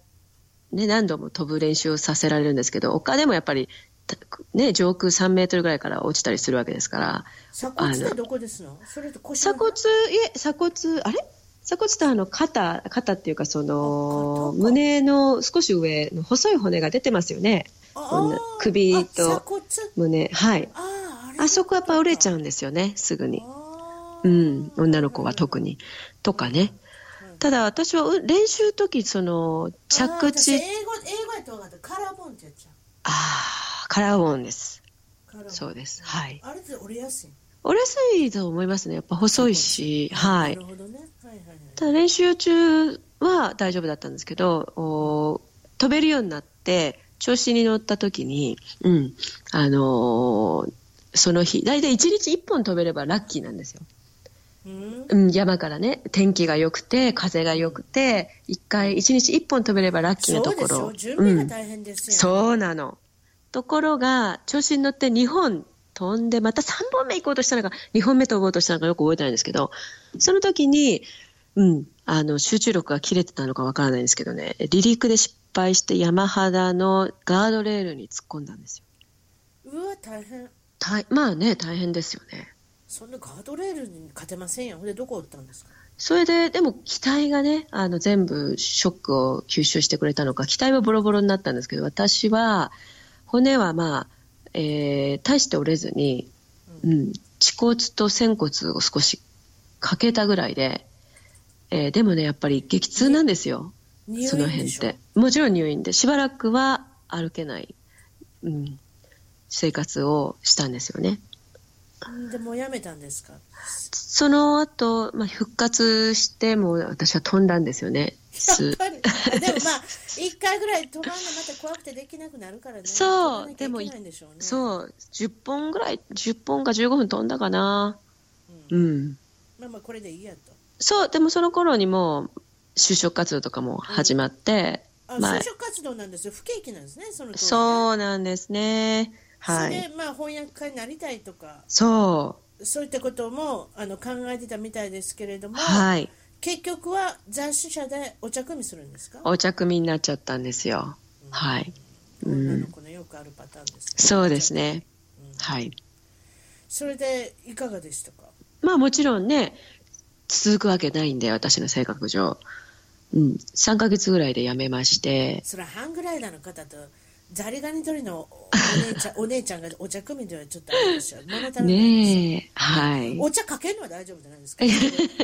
ね、何度も飛ぶ練習をさせられるんですけど丘でもやっぱり、たね、上空3メートルぐらいから落ちたりするわけですから鎖骨っあてのどこですのそれと腰の鎖骨いえ鎖骨あれ鎖骨ってあの肩肩っていうかそあの肩か胸の少し上の細い骨が出てますよねこんなあー首とあ鎖骨胸はいあーあれあそこやっぱ折れちゃううんですよねすぐにあーうん、女の子は特に。とかね。ただ私はう練習時、その、着あー私地、英語英語やと分かったカラーボンってやっちゃうああー、カラーボーンです。カラーボンそうです。はい。あれって折れやすい折れやすいと思いますね。やっぱ細いし、はないる。ほどねはいはいはいただ練習中は大丈夫だったんですけど、お飛べるようになって、調子に乗った時に、うん、あのーその日、大体1日1本飛べればラッキーなんですよ。うんうん、山からね天気が良くて風が良くて一回一日一本飛べればラッキーそなとうでこしろょ準備うがん、大変ですよ、そうなのところが調子に乗って2本飛んでまた3本目行こうとしたのか2本目飛ぼうとしたのかよく覚えてないんですけどその時に、うん、あの集中力が切れてたのかわからないんですけどね離陸で失敗して山肌のガードレールに突っ込んだんですようわ大変大まあね大変ですよねそんなガードレールに勝てませんよほんでどこ打ったんですかそれで、でも機体がね、あの全部ショックを吸収してくれたのか、機体はボロボロになったんですけど、私は、骨はまあ、えー大して折れずに、うん、恥骨と仙骨を少しかけたぐらいで、えーでもね、やっぱり激痛なんですよ、入その院で辺っしょて。もちろん入院で、しばらくは歩けない、うん、生活をしたんですよね。んでもうやめたんですかその後、まあ、復活しても私は飛んだんですよね。やっすぱ りでもまあ一回ぐらい飛ばんのまた怖くてできなくなるからねそう飛ばなきゃいけないんでしょうねそう、10本ぐらい、10本か15分飛んだかな。ううんん。まあまあこれでいいやとそう、でもその頃にもう就職活動とかも始まって、あまあ就職活動なんですよ不景気なんですねその当時ねそうなんですね。そはい。れでまあ翻訳家になりたいとかそそういったこともあの考えてたみたいですけれどう、も、はい。結局は雑誌社でお茶組みするんですかお茶組になっちゃったんですよ。はい。女の子のよくあるパターンですね、そうですね。はい。それでいかがでしたかまあもちろんね、続くわけないんで、私の性格上。うん。3ヶ月ぐらいで辞めまして、それは半グライダーの方とザリガニ取りのお姉ちゃん お姉ちゃんがお茶組みではちょっとあれでしょ物足らないですよねえ、はい。お茶かけるのは大丈夫じゃないですか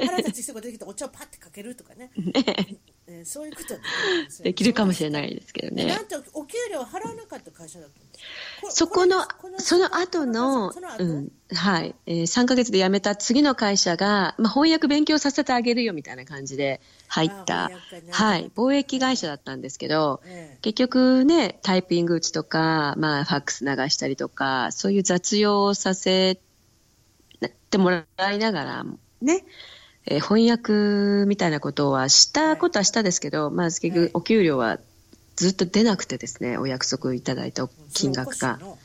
腹立ち人が出てきてお茶をパッてかけるとか ねえーそういうことはできるんですよできるかもしれないですけどなね。んとお給料を払わなかった会社だったんですれそこのれれ、その後のその、後うん、はい、えー3ヶ月で辞めた次の会社が、まあ、翻訳勉強させてあげるよみたいな感じで入っあた翻訳会、ねはい、貿易会社だったんですけど、ええ結局ね、タイピング打ちとか、まあ、ファックス流したりとか、そういう雑用をさせてもらいながら、ね、えー翻訳みたいなことはしたことはしたですけど、まあ、結はい局お給料はずっと出なくてですね、お約束いただいた金額それおかしがい。の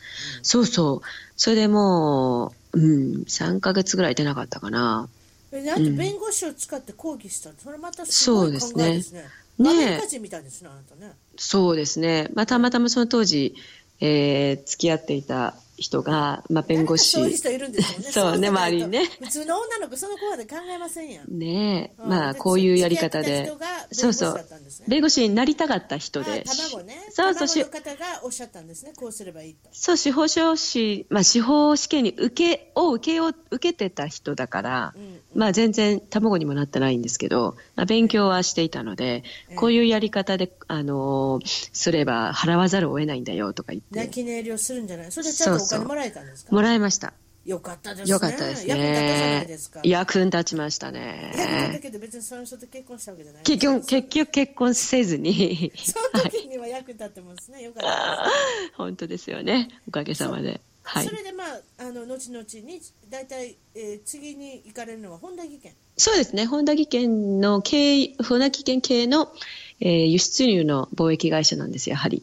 そうそう。それでもう、うん、3ヶ月ぐらい出なかったかな。えなんと弁護士を使って抗議したのそれまたすそごういで考すえねですねねえアメリカ人みたいですねあなたねそうですね。まあ、たまたまその当時、えー付き合っていた人が、まあ、弁護士。誰かそういう人いるんですよねそうねの人だと周りにね普通の女の子その子まで考えませんやんねえ、うんまあ、でこういうやり方付でき合ってた。人そが弁護うそ士だうったんですね。弁護士になりたかった人であ。卵ねそうそうし卵の方がおっしゃったんですねこうすればいいとそう、司法書士、まあ、司法試験に受け、を受けよう、受けてた人だから、んまあ、全然卵にもなってないんですけど、まあ、勉強はしていたので、こういうやり方で、あのーすれば払わざるを得ないんだよとか言っ泣て、き寝入りをするんじゃないそれでちゃんとおそう金そうもらえたんですかもらいました。よかったですねよかったです役に立ったじゃないねですか。役に立ちました役に立ったね。けど別にその人と結婚したわけじゃない結局、結局結婚せずに、 その時には役に立ってますねよかったです本当ですよね。おかげさまで。はいそ。れでまああの後々に大体、えー次に行かれるのは本田技研そうですね。本田技研の経営、本田技研系の、えー輸出入の貿易会社なんですよ、やはり。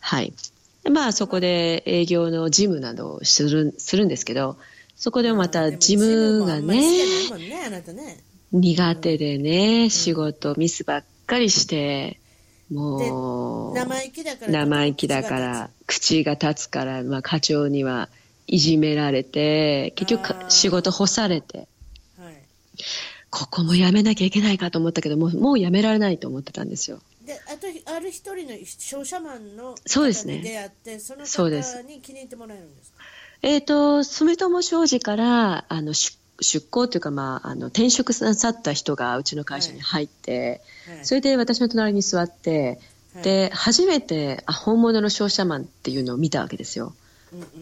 はい。でまあ、そこで営業の事務などをするするんですけど、そこでもまた事務がでもジムもあんまりねして、ないもんねあなたね苦手でね、仕事ミスばっかりして、もう、生意気だから生意気だから、口が立つから、まあ、課長にはいじめられて、結局あかー仕事干されて、はいここもやめなきゃいけないかと思ったけど、もうもうやめられないと思ってたんですよ。であとある一人の商社マンのそうですね方に出会ってそのそうです方に気に入ってもらえるんですかえっ、と、住友商事から、あの、出出向というか、まあ、あの、転職なさった人がうちの会社に入って、はいそれで私の隣に座って、はいで、初めて、あ、本物の商社マンっていうのを見たわけですよ。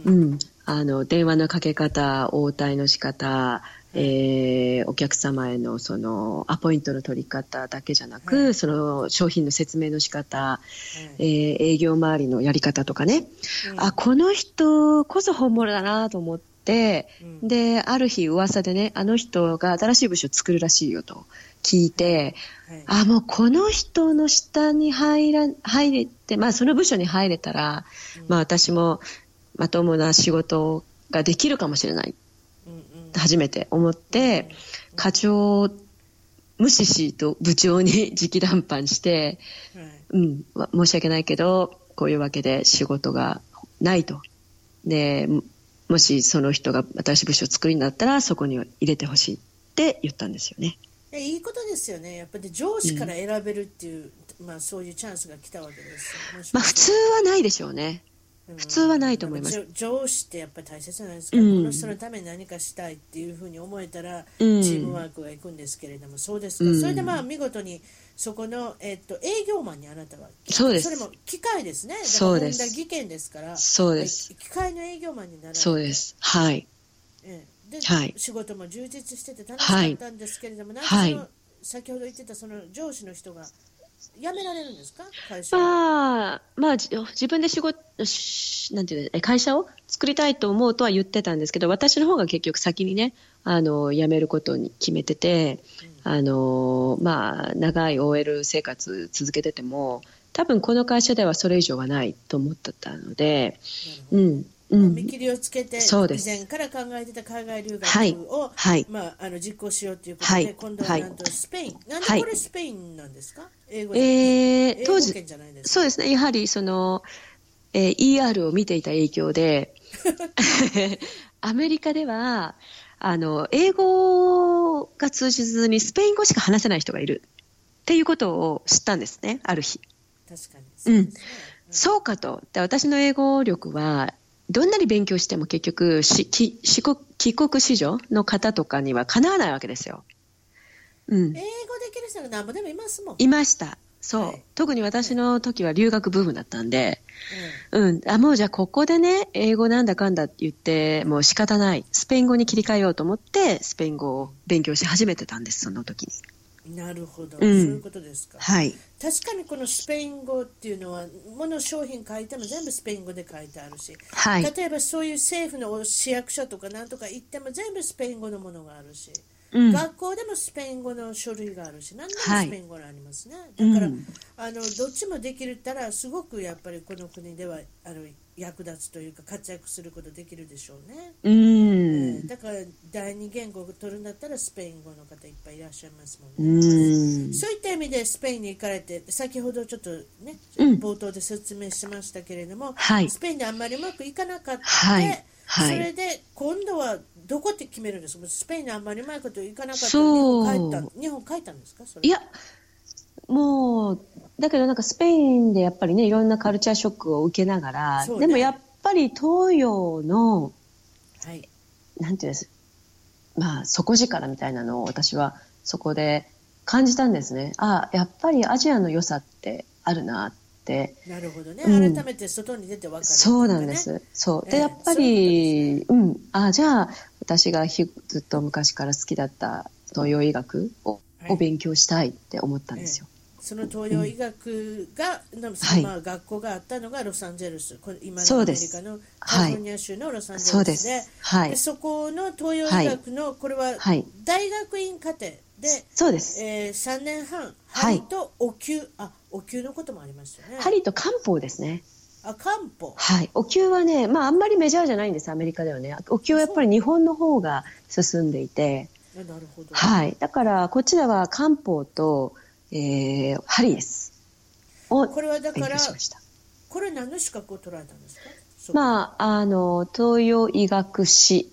うんうんうん、あの電話のかけ方、応対の仕方、えーお客様へのそのアポイントの取り方だけじゃなく、その商品の説明の仕方、えー営業周りのやり方とかね、あこの人こそ本物だなと思って、うんである日噂でねあの人が新しい部署を作るらしいよと聞いて、はいあもうこの人の下に入ら入れて、まあ、その部署に入れたら、まあ、私もまともな仕事ができるかもしれないうんうん初めて思って課長を無視しと部長に 直談判して、はいうん、わ申し訳ないけどこういうわけで仕事がないと。でももしその人が新しい部署を作るんだったらそこに入れてほしいって言ったんですよね。えいいことですよねやっぱり上司から選べるっていう、まあそういうチャンスが来たわけですよもしまもあ普し通はないでしょうね。うん普通はないと思いますやっぱ上上司ってやっぱり大切じゃないですか、うんこの人のために何かしたいっていうふうに思えたら、うんチームワークがいくんですけれどもそうですか、うんそれでまあ見事にそこの、えっと営業マンにあなたはそうですれも機械ですねだからそうです本田技研ですからそうですえ機械の営業マンになられてそうです。はい。ええで、はい仕事も充実してて楽しかったんですけれども、なんかはいその先ほど言ってたその上司の人が辞められるんですか会社をまあ、まあ、じ自分で仕事、しなんていうのえ会社を作りたいと思うとは言ってたんですけど、私の方が結局先にね、あの、辞めることに決めてて、あの、まあ、長い OL 生活続けてても、多分この会社ではそれ以上はないと思ってたので、うん、う見ん、切りをつけて、以そうです前から考えてた海外留はい学を、はいまあ、あの実行しようということで、はい今度はなんとスペイン、なんでこれスペインなんですか、英語じゃないえー英当語時圏、じゃないですか。そうですね、やはりその、えー ER を見ていた影響で、 アメリカではあの英語が通じずにスペイン語しか話せない人がいるっていうことを知ったんですね、ある日。確かにそうですね、そうかと。で私の英語力は、どんなに勉強しても結局しき帰国、帰国子女の方とかにはかなわないわけですよ。うん英。語できる人が何もでもいますもん。いました。そう。はい特に私の時は留学ブームだったんで、えうん、あもうじゃあここでね英語なんだかんだって言ってもう仕方ないスペイン語に切り替えようと思ってスペイン語を勉強し始めてたんですその時にえなるほど、んそういうことですか。はい確かにこのスペイン語っていうのは、もの商品書いても全部スペイン語で書いてあるし、はい例えばそういう政府の市役所とかなんとか行っても全部スペイン語のものがあるし、うん学校でもスペイン語の書類があるし何でもはいスペイン語がありますね、だから、うんあのどっちもできるったらすごくやっぱりこの国ではあの役立つというか活躍することできるでしょうね、うえーんだから第二言語を取るんだったらスペイン語の方いっぱいいらっしゃいますもんね、うんそういった意味でスペインに行かれて先ほどちょっとね、うん冒頭で説明しましたけれども、はいスペインであんまりうまくいかなかった、はいはいそれで今度はどこって決めるんですかスペインであんまりうまいこといかなかったそう日本帰った日本帰ったんですかそれいやもうだけどなんかスペインでやっぱりねいろんなカルチャーショックを受けながら、そうねでもやっぱり東洋のはい、なんていうんです、まあ、底力みたいなのを私はそこで感じたんですね。ああ、やっぱりアジアの良さってあるなって。なるほどね、うん改めて外に出て分かるっていかね、そうなんです。そう。えで、えやっぱり、うん。ああ、じゃあ、私がひずっと昔から好きだった東洋医学を,、はいを勉強したいって思ったんですよ。その東洋医学が、のはいまあ、学校があったのがロサンゼルス、これ今のそアうメでリすカのはいカリフォルニア州のロサンゼそうルでスで、すはいでそこの東洋医学の、これははい大学院課程で、そうですえ3年半、はい針とお灸、あお灸のこともありましたよね。針と漢方ですねあ漢方はい、お灸はね、まあ、あんまりメジャーじゃないんです、アメリカではね。お灸はやっぱり日本の方が進んでいて、あなるほど、はい、だからこっちでは漢方と、えー、針です。をこれはだ勉から強しました。これ何の資格を取られたんですかそうまあ、あの、東洋医学士、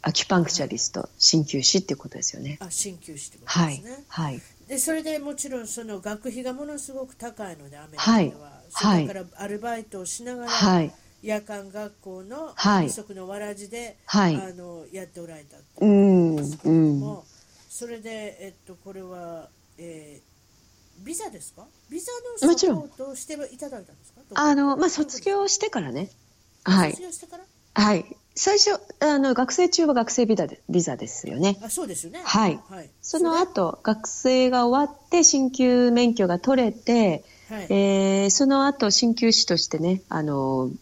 アキュパンクチャリスト、鍼灸師っていうことですよね。あ鍼灸師ってことはでいすね、、はい、でそれでもちろんその学費がものすごく高いのでアメリはカいでは、はいそれだからアルバイトをしながら、はい、夜間学校のはい不足のわらじで、はいあのやっておられたとうん、うけれどん。も、それで、えっと、これは、えービザですかビザのもちサろポんートをしていただいたんですかあの、まあ、卒業してからね。はい卒、業してからはい。最初、あの、学生中は学生ビザでビザですよね。あそうですよねはいはい、その後、学生が終わって、鍼灸免許が取れて、はいえーその後、鍼灸師としてね、あの、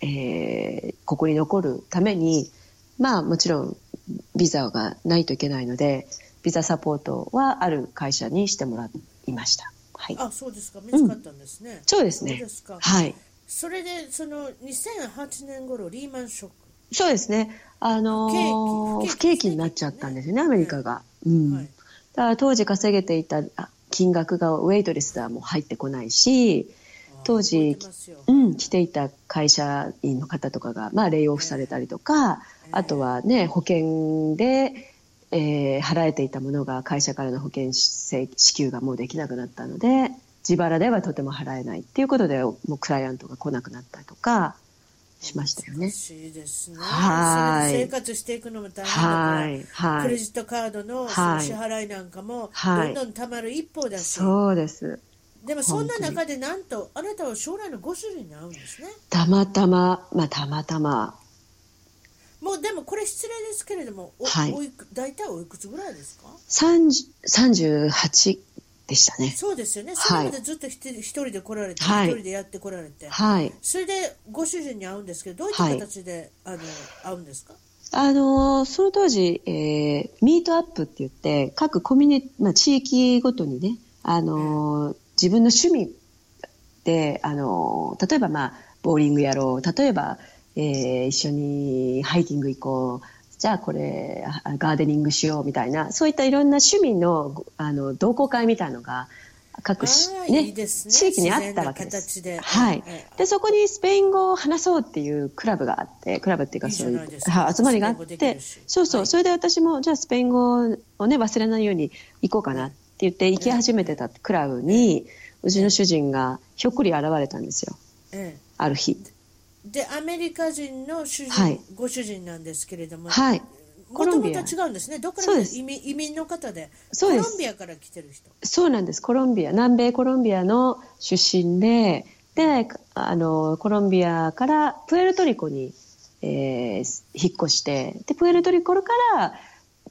えーここに残るために、まあ、もちろん、ビザがないといけないので、ビザサポートはある会社にしてもらいました。はい。あそうですか見つかったんですね、そうですねそうですかはい。それでその2008年頃リーマンショックそうですね。あの不ー不景気景気になっちゃったんですよね、アメリカが。うん。はいだから当時稼げていたあ金額がウェイトレスだもう入ってこないし、当覚時えてますようん、来ていた会社員の方とかが、まあ、レイオフされたりとか、ええあとは、ね、保険で、えー払えていたものが会社からの保険請支給がもうできなくなったので自腹ではとても払えないっていうことでもうクライアントが来なくなったりとかしましたよ難ね。しいですねはーいそれで生活していくのも大変だはかい、らはクレい、ジットカードのそのはい支払いなんかもどはいんどんたまる一方だし、そうです。でもそんな中でなんとあなたは将来のご主人に会うんですねたまたま、まあ、たまたま、もうでもこれ失礼ですけれどもお、はいおいく大体おいくつぐらいですか30 38でしたね。そうですよねいそれまでずっとひて一人で来られて一、はい人でやって来られて、はい。それでご主人に会うんですけど、どういった形で、あの会うんですか。あのーその当時、えーミートアップって言って各コミュニ、まあ、地域ごとにね、あのー自分の趣味で、あのー例えば、まあ、ボーリングやろう例えば、えー一緒にハイキング行こうじゃあこれあガーデニングしようみたいなそういったいろんな趣味のあの同好会みたいのが各しああ、ねいいですね。地域にあったわけです。自然な形で。はいええでそこにスペイン語を話そうっていうクラブがあってクラブっていうかそういいういじゃないですかはい集まりがあっスペイン語できてるしそうそう、はいそれで私もじゃあスペイン語を、ね、忘れないように行こうかなって言って行き始めてたクラブにうちの主人がひょっこり現れたんですよえある日えで、アメリカ人の主人、はいご主人なんですけれども。はいもコとロンもビとア違うんですね。どこかそうらです移民移民の方でそうですコロンビアから来てる人。そうなんですコロンビア南米コロンビアの出身でであのコロンビアからプエルトリコに、えー引っ越してでプエルトリコから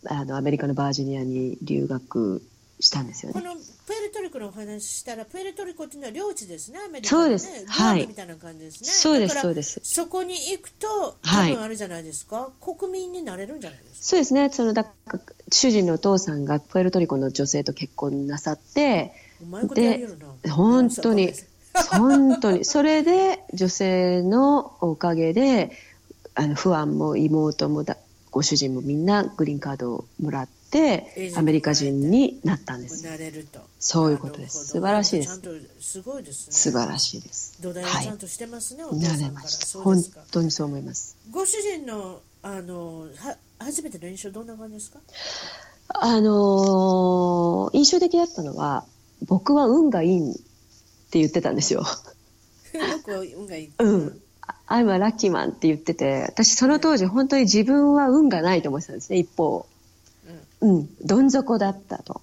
あのアメリカのバージニアに留学したんですよこね。のプエルトリコのお話ししたら、プエルトリコっていうのは領地ですね、アメリカそのうね、ですグはいアムみたいな感じですね。そうでだかすらそうですそこに行くと、多はい分あるじゃないですか、国民になれるんじゃないですか。そうですねそのだ主人のお父さんがプエルトリコの女性と結婚なさってうまいことやるよな。本当そにうです本当にそれで女性のおかげであの不安も妹もだご主人もみんなグリーンカードをもらっ永て住アメリカ人になったんですなれると。そういうことです素晴らしいでなるすほどちゃんとすごいですね。素晴らしいです土台をはちいゃんとしてますね、お父なされんかまら。したそうで本すか。当にそう思いますご主人のあのは初めての印象どんな感じですか？あのー印象的だったのは僕は運がいいって言ってたんですよ 僕は運がいい。うん。「I'm a lucky man」って言ってて私その当時本当に自分は運がないと思ってたんですね一方うん、どん底だったと。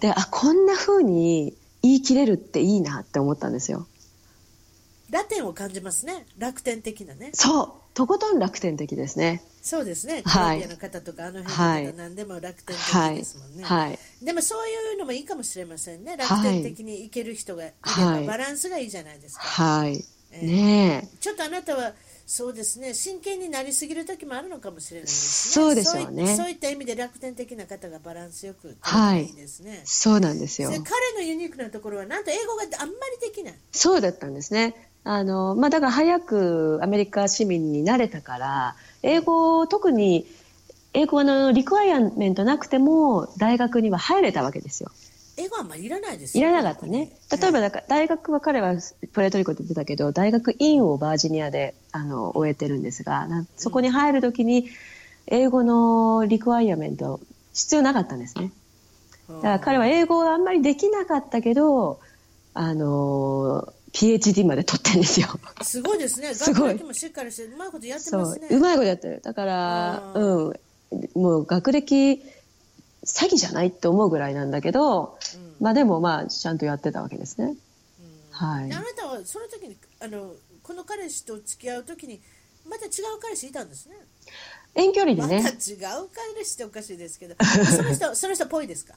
で、あ、こんな風に言い切れるっていいなって思ったんですよ。ラテンを感じますね。楽天的なね。そう、とことん楽天的ですね。そうですね。コロはいンビアの方とか、あのは辺のい方、何でも楽天は的いですもんね。はいでもそういうのもいいかもしれませんね。はい楽天的にいける人がいれば、はいバランスがいいじゃないですか。はいええねえちょっとあなたはそうですね真剣になりすぎる時もあるのかもしれないですね。そうでしょうねそういそういった意味で楽天的な方がバランスよくはいいいですね。そうなんですよで。彼のユニークなところはなんと英語があんまりできない。そうだったんですね。あのまあ、だから早くアメリカ市民になれたから英語特に英語はあのリクワイアメントなくても大学には入れたわけですよ。英語はあんまりいらないですいよらなかったね。例えばだから大学は彼はプレートリコって言ってたけど大学院をバージニアであの終えてるんですがなそこに入るときに英語のリクワイアメント必要なかったんですね。だから彼は英語はあんまりできなかったけどあの PhD まで取ってんですよ。すごいですね。すごい学歴もしっかりしてうまいことやってそますうね。うまいことやってるだから、ううん、もう学歴詐欺じゃないって思うぐらいなんだけど、うんまあ、でもまあちゃんとやってたわけですね。はいであなたはその時にあのこの彼氏と付き合う時にまた違う彼氏いたんですね。遠距離でまた違うね、彼氏っておかしいです けど、その人その人っぽいですか。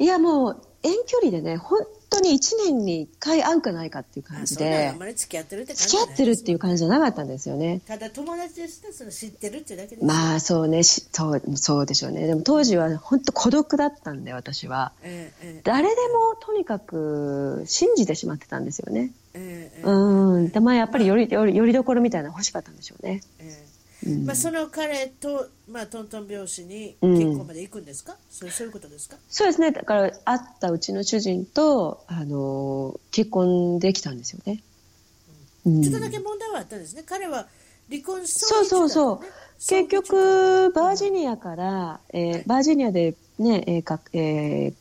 いやもう遠距離でね本当に1年に1回会うかないかっていう感あじそんなのあでんまり付き合ってるって感付じき合ってるっていうじ感じじゃなかったんですよね。ただ友達としてその知ってるっていうだけです、まあそうねしそうそうでしょうねでも当時は本当孤独だったんで私はええええ誰でもとにかく信じてしまってたんですよね。ええええうん、でまあやっぱりよりよりよりどころみたいなの欲しかったんでしょうね。えうえんまあ、その彼と、まあ、トントン拍子に結婚まで行くんですか、それそういうことですかそうですね。だから会ったうちの主人とあのー結婚できたんですよね。うんちょっとだけ問題はあったんですね彼は離婚しそうそそうそうう結局バージニアから、えーバージニアでねえーかえー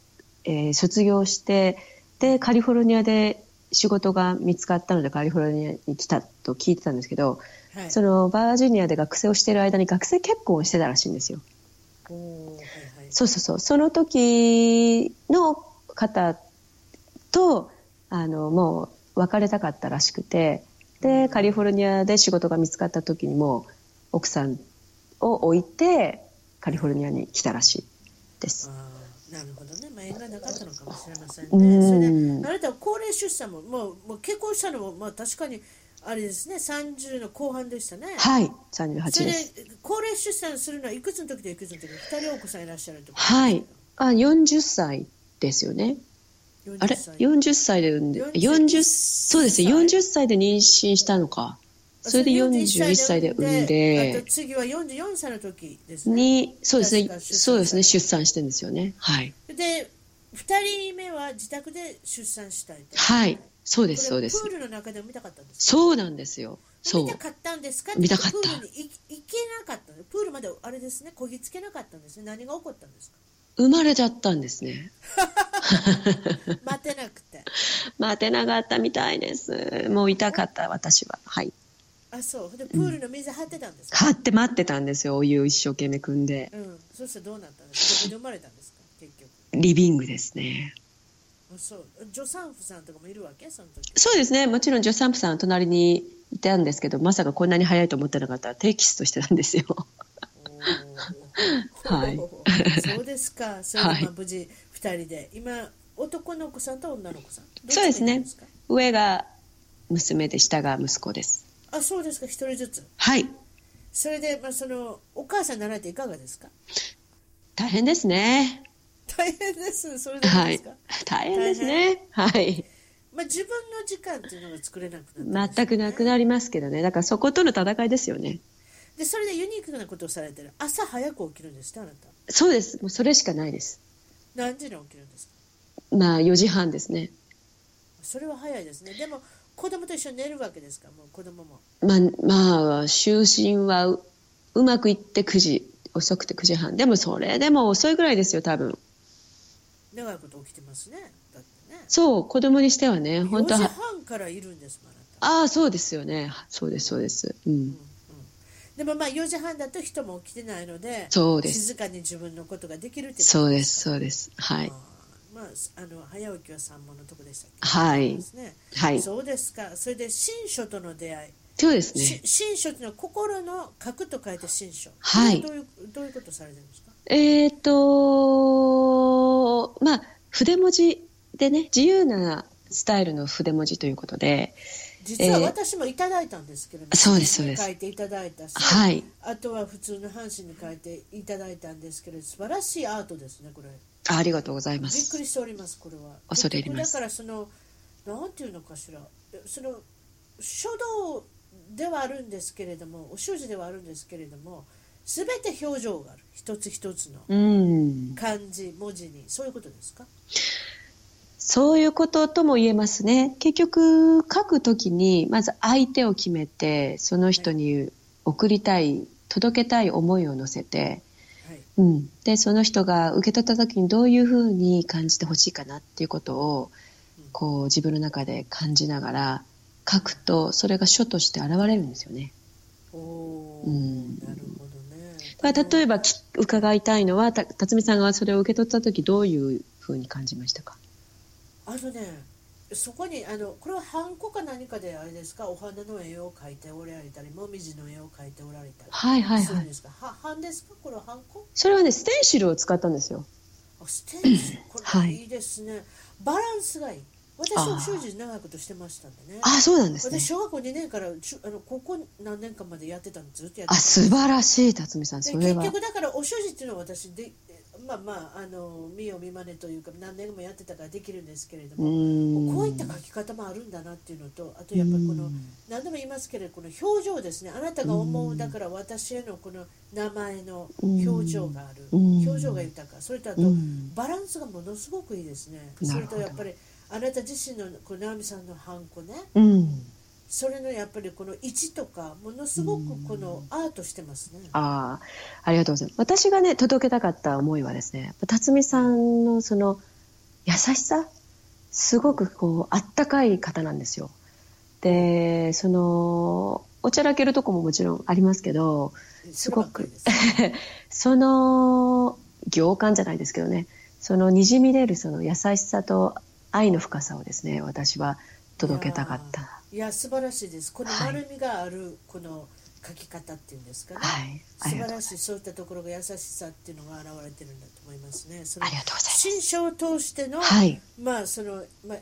えー卒業してでカリフォルニアで仕事が見つかったのでカリフォルニアに来たと聞いてたんですけど、ア、はい、そのバージニアで学生をしている間に学生結婚をしてたらしいんですよ。おーはいはいそうそうそう、その時の方と、あの、もう別れたかったらしくて、で、カリフォルニアで仕事が見つかった時にもう、奥さんを置いて、カリフォルニアに来たらしいです。あーなるほどね、まあ、縁がなかったのかもしれませんね。うんそれであなたは高齢出産ももうもう結婚したのも、まあ、確かにあれですね30の後半でしたね。はい、38それで。です高齢出産するのはいくつの時といくつの時2人お子さんいらっしゃるってことはい。あ、40歳ですよね。 40あれ歳 ?40 歳で産んで、 40 40、そうですね、40歳で妊娠したのか。それで41歳で産んあでと、次は44歳の時ですねに、そうです確ね、か出産そうですね、出産してんですよね。はい。で2人目は自宅で出産したいとはい。そうこれです、そうですプー。ルの中でも見たかったんですそうなんですよ。そ見たう。かったんですか見たかったプールに行行けなかったのプールまであれですねこぎつけなかったんですね何が起こったん ですか生まれちゃったんですね。待てなくて待てなかったみたいです。もう痛かった、私は。はい。あそうでプールの水張ってたんですか、はって待ってたんですよ。お湯を一生懸命汲んで。うんそしてどうなったんですかどこで生まれたんですか結局リビングですね。あそう助産婦さんとかもいるわけその 時そうですね。もちろん、助産婦さんは隣にいたんですけど、まさかこんなに早いと思ってなかったら、テキストしてたんですよ。はい そうですか。それでまあ無事二人で、今男の子さんと女の子さん。どっちがいいんか。上が娘で、下が息子です。あ、そうですか。一人ずつ。はい。それでまあそのお母さんになられていかがですか。大変ですね。大変です。それではでいすか。。大変ですね。はい。まあ自分の時間っていうのが作れなくなったんですよね全くなくなりますけどね。だからそことの戦いですよね。でそれでユニークなことをされてる。朝早く起きるんですってあなた。そうです。もうそれしかないです。何時に起きるんですか。まあ4時半ですね。それは早いですね。でも子供と一緒に寝るわけですか。もう子供も。まあ、まあ、就寝はううまくいって9時、遅くて9時半。でもそれでも遅いぐらいですよ、多分。長いこと起きてますね。だってね。そう、子供にしてはね、 4本当時は。半からいるんですもんあなたああ、そうですよね。そうです、そうです。うん。でもまあ4時半だと人も起きてないのでそうです静かに自分のことができるってそうですす、そうです。はい。まあ、あの早起きは三問のとこでしたっけはいですねはい。そうですかそれで新書との出会いそうでしすね。心書っていうのは心の核と書いて心書。はいどういうどういうことされてるんですか。えっ、と、まあ、筆文字でね、自由なスタイルの筆文字ということで、実はえー私もいただいたんですけれども、そうですそうです書いていただいたし、はい。あとは普通の阪神に書いていただいたんですけれど、素晴らしいアートですねこれ。びあありがとうございまっくす。りしておりますこれは。恐れ入ります結局だからそのなんていうのかしら、その書道ではあるんですけれども、お習字ではあるんですけれども、すべて表情がある一つ一つのうん。漢字文字にそういうことですか。そういうこととも言えますね。結局、書くときに、まず相手を決めて、その人に送りたい、届けたい思いを乗せて、はい。うん、でその人が受け取った時にどういうふうに感じてほしいかなっていうことをこう自分の中で感じながら書くとそれが書として現れるんですよね。おお、うんなるほどね。だから例えばき伺いたいのはた辰巳さんがそれを受け取った時どういうふうに感じましたかあのね、そこにあのこれはハンコか何かであれですか、お花の絵を描いておられたり、もみじの絵を描いておられたり。はいはいするはんい。ですか。は、版ですか、これはハンコ。それはねステンシルを使ったんですよ。あ、ステージ。こはれいいいですね。バランスがいい。私あーも習字長いことしてましたんでね。あそうなんですね私。小学校2年から中あの高校何年間までやってたのずっとやってたあ素晴らしい辰巳さんでそれ結は。局だからお習字っていうのは私でまあまああの見よう見まねというか何年もやってたからできるんですけれどうも、んこういった書き方もあるんだなっていうのとあとやっぱりこのうん何度も言いますけれどこの表情ですねあなたが思ううんだから私へのこの名前の表情があるうん表情が豊かそれとあとうんバランスがものすごくいいですねなそるれほとどやっぱりあなた自身のこの直美さんのハンコねうんそれのやっぱりこの位置とかものすごくこのアートしてますね。ああ、ありがとうございます。私がね、届けたかった思いはですね、辰巳さんのその優しさ、すごくこう、あったかい方なんですよ。で、その、おちゃらけるとこももちろんありますけど、すごくそればっかりですその、行間じゃないですけどね、そのにじみ出るその優しさと愛の深さをですね、私は届けたかった。いや素晴らしいですこのはい丸みがあるこの書き方っていうんですかね、はい。あ素り晴がとうらしいそういったところが優しさっていうのが現れてるんだと思いますねそあのりがとうございます。新書を通しての、はい。まあそのまあ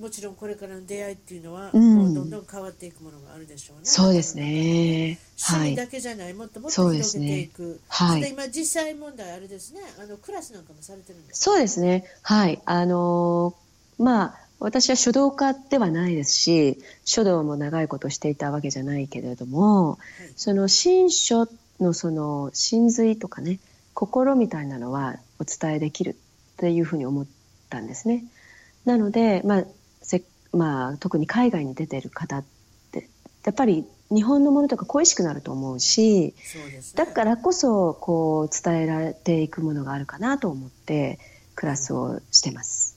もちろんこれからの出会いっていうのは、うんもうどんどん変わっていくものがあるでしょうねそうですね。は趣味い。だけじゃない、もっともっそとうで広すげねていくはいそして今実際問題あれですねあのクラスなんかもされてるんですそうですね。はい。あのーまあ、私は書道家ではないですし、書道も長いことしていたわけじゃないけれども、その新書のその真髄とかね、心みたいなのはお伝えできるっていうふうに思ったんですね。なので、まあ、せまあ、特に海外に出てる方って、やっぱり日本のものとか恋しくなると思うし、そうですねだからこそこう伝えられていくものがあるかなと思ってクラスをしてます。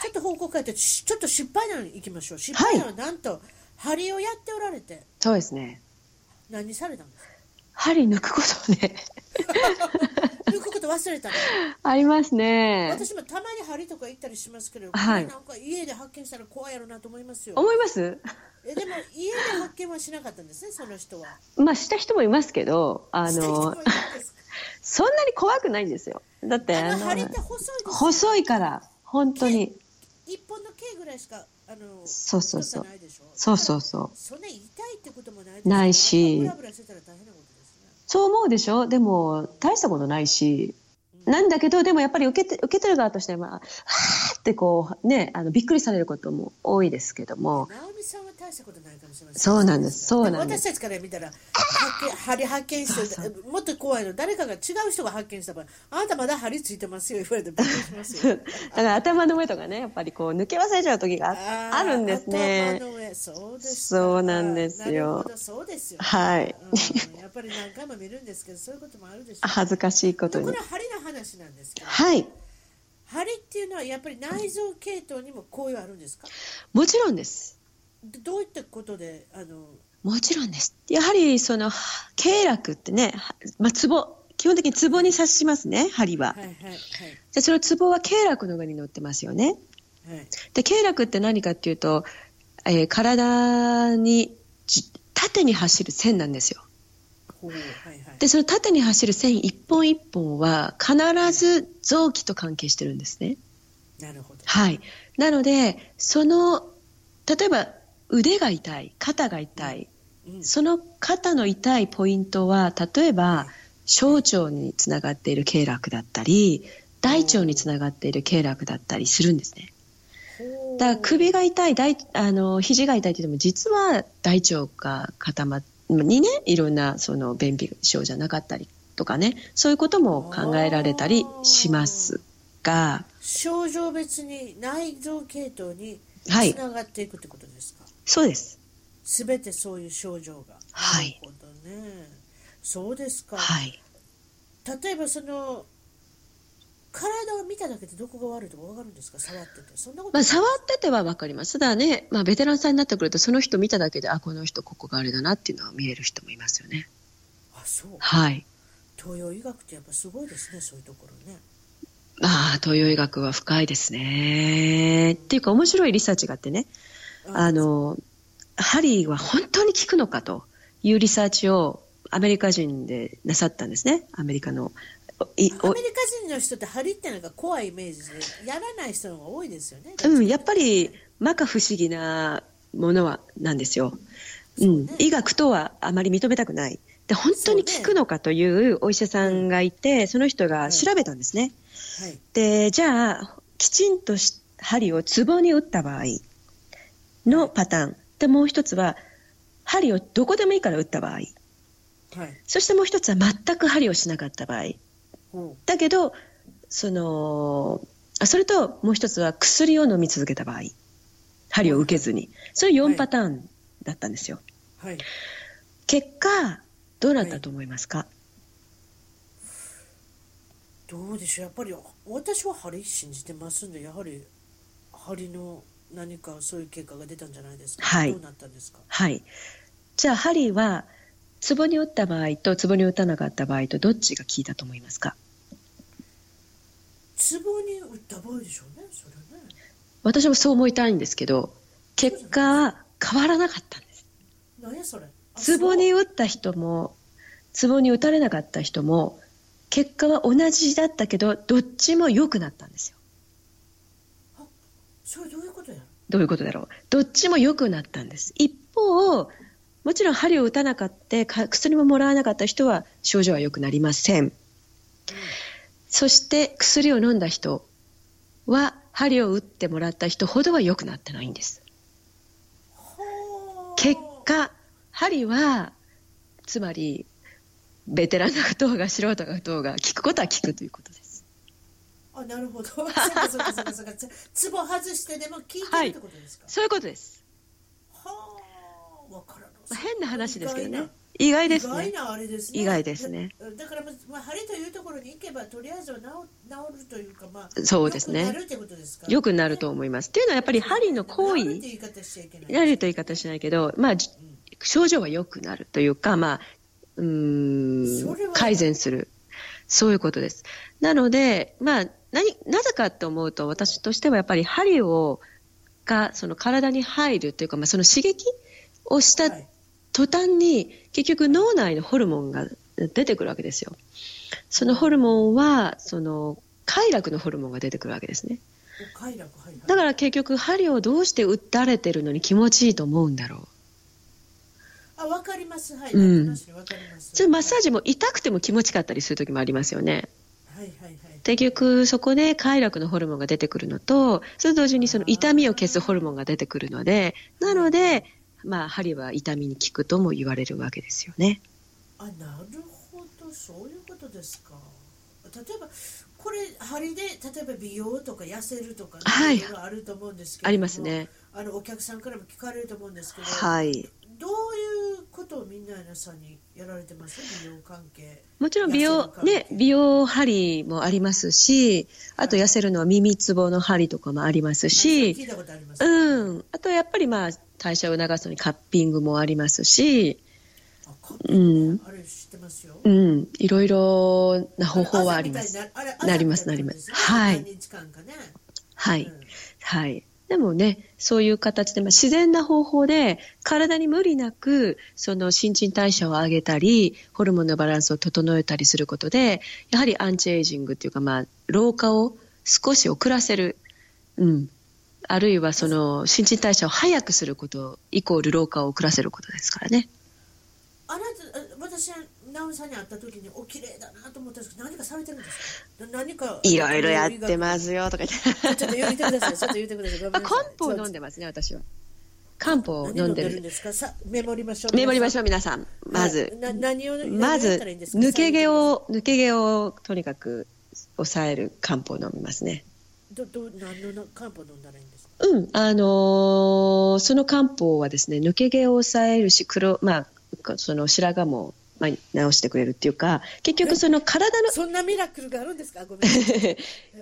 ちょっと報告変えてしちょっと失敗談いきましょう失敗談はなんと針をやっておられてそうですね。何されたん ですか針抜くことね抜くこと忘れたの ありますね。私もたまに針とか行ったりしますけど、はいこれなんか家で発見したら怖いやろなと思いますよ思います。えでも家で発見はしなかったんですねその人はまあした人もいますけど、あした人もいのるんですそんなに怖くないんですよ。だってああの針っての細いです細いから本当に一本の毛ぐらいしかあのそうそうそう太さないでしょそうそうだかそうらそんな痛いってこともないですないしブラブラしてたら大変なことですねそう思うでしょ。でも大したことないし。なんだけど、でもやっぱり受けて受け取る側としては、まあ、はーってこうね、あのびっくりされることも多いですけども、直美さんは大したことないかもしれませんそうなんですそうなんですも私たちから見たら発見針発見してもっと怖いの誰かが違う人が発見した場合あなたまだ針ついてますよ言われてびっくりしますよだから頭の上とかねやっぱりこう抜け忘れちゃう時がー ああるんですね頭の上そうですかそうなんですよなるほどそうですよ、はいうんやっぱり何回も見るんですけどそういうこともあるでしょう恥ずかしいことでこにれは針の話なんですけどはい針っていうのはやっぱり内臓系統にも効用あるんですかもちろんですどどういったことであのもちろんですやはりその経絡ってね、はまあ、ツボ基本的にツボに刺しますね針は、はいはいはいじゃあそのツボは経絡の上に乗ってますよねはいで経絡って何かっていうと、えー体にじ縦に走る線なんですよ。ほうはいはい。でその縦に走る線一本一本は必ず臓器と関係してるんですね。なるほど。はい、なのでその例えば腕が痛い肩が痛いうんその肩の痛いポイントは例えば小腸につながっている経絡だったり大腸につながっている経絡だったりするんですねほうだから首が痛い大あの肘が痛いって言っても実は大腸が固まっにねいろんなその便秘症じゃなかったりとかねそういうことも考えられたりしますが症状別に内臓系統にはいつながっていくってことですか。そうですすべてそういう症状が。はいなるほどね。そうですか。はい例えばその体を見ただけでどこが悪いとかわかるんですか。触っててそんなことないまあ、です触ってては分かります。ただね、まあ、ベテランさんになってくると、その人見ただけで、あ、この人、ここがあれだなっていうのは見える人もいますよね。あそう。はい。東洋医学ってやっぱすごいですね。そういうところね。まあ、東洋医学は深いですね。っていうか、面白いリサーチがあってね、あの、ハリーは本当に効くのかというリサーチをアメリカ人でなさったんですね。アメリカの。おいアおメリカ人の人って針ってなんか怖いイメージでやらない人の方が多いですよね。うん、やっぱり、摩訶不思議なものは、なんですよ。うそうんね、医学とはあまり認めたくない。で、本当に効くのかというお医者さんがいて、その人が調べたんですね。はい。で、じゃあ、きちんとし針をツボに打った場合のパターン。で、もう一つは、針をどこでもいいから打った場合。はい。そしてもう一つは全く針をしなかった場合。ほうだけど、その、あそれともう一つは薬を飲み続けた場合。針を受けずに。それ4パターンだったんですよ。はい。結果どうなったと思いますか、どうでしょう。やっぱり私は針信じてますんで、やはり針の何かそういう結果が出たんじゃないですか。はいどうなったんですか。はい、じゃあハリーはツボに打った場合とツボに打たなかった場合とどっちが効いたと思いますかツボに打った場合でしょうね。それね。私もそう思いたいんですけど結果は変わらなかったんですなんやそれ。あツボにそう打った人もツボに打たれなかった人も結果は同じだったけどどっちも良くなったんですよそれどういうことや。どういうことだろうどっちも良くなったんです一方もちろん針を打たなかったか薬ももらわなかった人は症状は良くなりませんそして薬を飲んだ人は針を打ってもらった人ほどは良くなってないんですはあ結果針はつまりベテランが打とうが素人が打とうが効くことは効くということですあ、なるほど。そう かそうかそうかそうか。つツボ外してでも効いてるってことですか。そういうことですはあ。わからまあない。変な話ですけど意外ねな意意外ですね外なあれですね。意外ですねだ。だからまず、まあ、針というところに行けば、とりあえずは治治るというか、まあ、そうですね良くなるってことですか。良くなると思いますっていうのはやっぱり針の行治るっ為て言い方しちゃいけない。慣れるという言い方しないけど、まあ、じ症状は良くなるというか、まあ、うそれーはん改善するそういうことですなので、まあ、何なぜかと思うと私としてはやっぱり針をがその体に入るというか、まあ、その刺激をしたはい途端に結局脳内のホルモンが出てくるわけですよそのホルモンはその快楽のホルモンが出てくるわけですねお快楽、はい、はい。だから結局針をどうして打たれてるのに気持ちいいと思うんだろうあ、わかります。はい。うんなんとなしにわかります。ちょっとマッサージも痛くても気持ちかったりする時もありますよね。はい、はい、はい。結局そこで快楽のホルモンが出てくるのと、それと同時にその痛みを消すホルモンが出てくるので、なので、まあ、針は痛みに効くとも言われるわけですよね。あ、なるほど、そういうことですか。例えば、これ、針で、例えば美容とか痩せるとか、ね、はいろろあると思うんですけれどもあります。ね。あの、お客さんからも聞かれると思うんですけど。はい。どういうことをみんな皆さんにやられてます美容関係もちろん美痩せる容か、ね、美容針もありますし、あと痩せるのは耳つぼの針とかもありますし、聞いたことありますうん。あとやっぱりまあ、代謝を促すのにカッピングもありますし、あカップルねうんあれ知ってますようん。いろいろな方法はあります。あれなりますなりますあはれい朝みたいになるあれ朝みたいなもんですね何日間かねはういん。はい。でもね、そういう形で、まあ、自然な方法で体に無理なくその新陳代謝を上げたりホルモンのバランスを整えたりすることでやはりアンチエイジングというか、まあ、老化を少し遅らせる、うん、あるいはその新陳代謝を早くすることイコール老化を遅らせることですからね。あなた私はナオさんに会った時にお綺麗だなと思ったんですけど何かされてるんですかな何かいろいろやってますよとか言ってちょっと言ってくださいちょっと言ってくださいごめあんなさい漢方飲んでますね私は漢方を何飲んでるんるですかさメモりましょうメモりましょう皆さんまずな何を何をまやっずたらいいんですか抜け毛を抜け毛をとにかく抑える漢方を飲みますねどど何のな漢方飲んだらいいんですかうん、あのーその漢方はですね抜け毛を抑えるし黒、まあ、その白髪も、まあ、直してくれるっていうか結局その体のそんなミラクルがあるんですかごめんなさい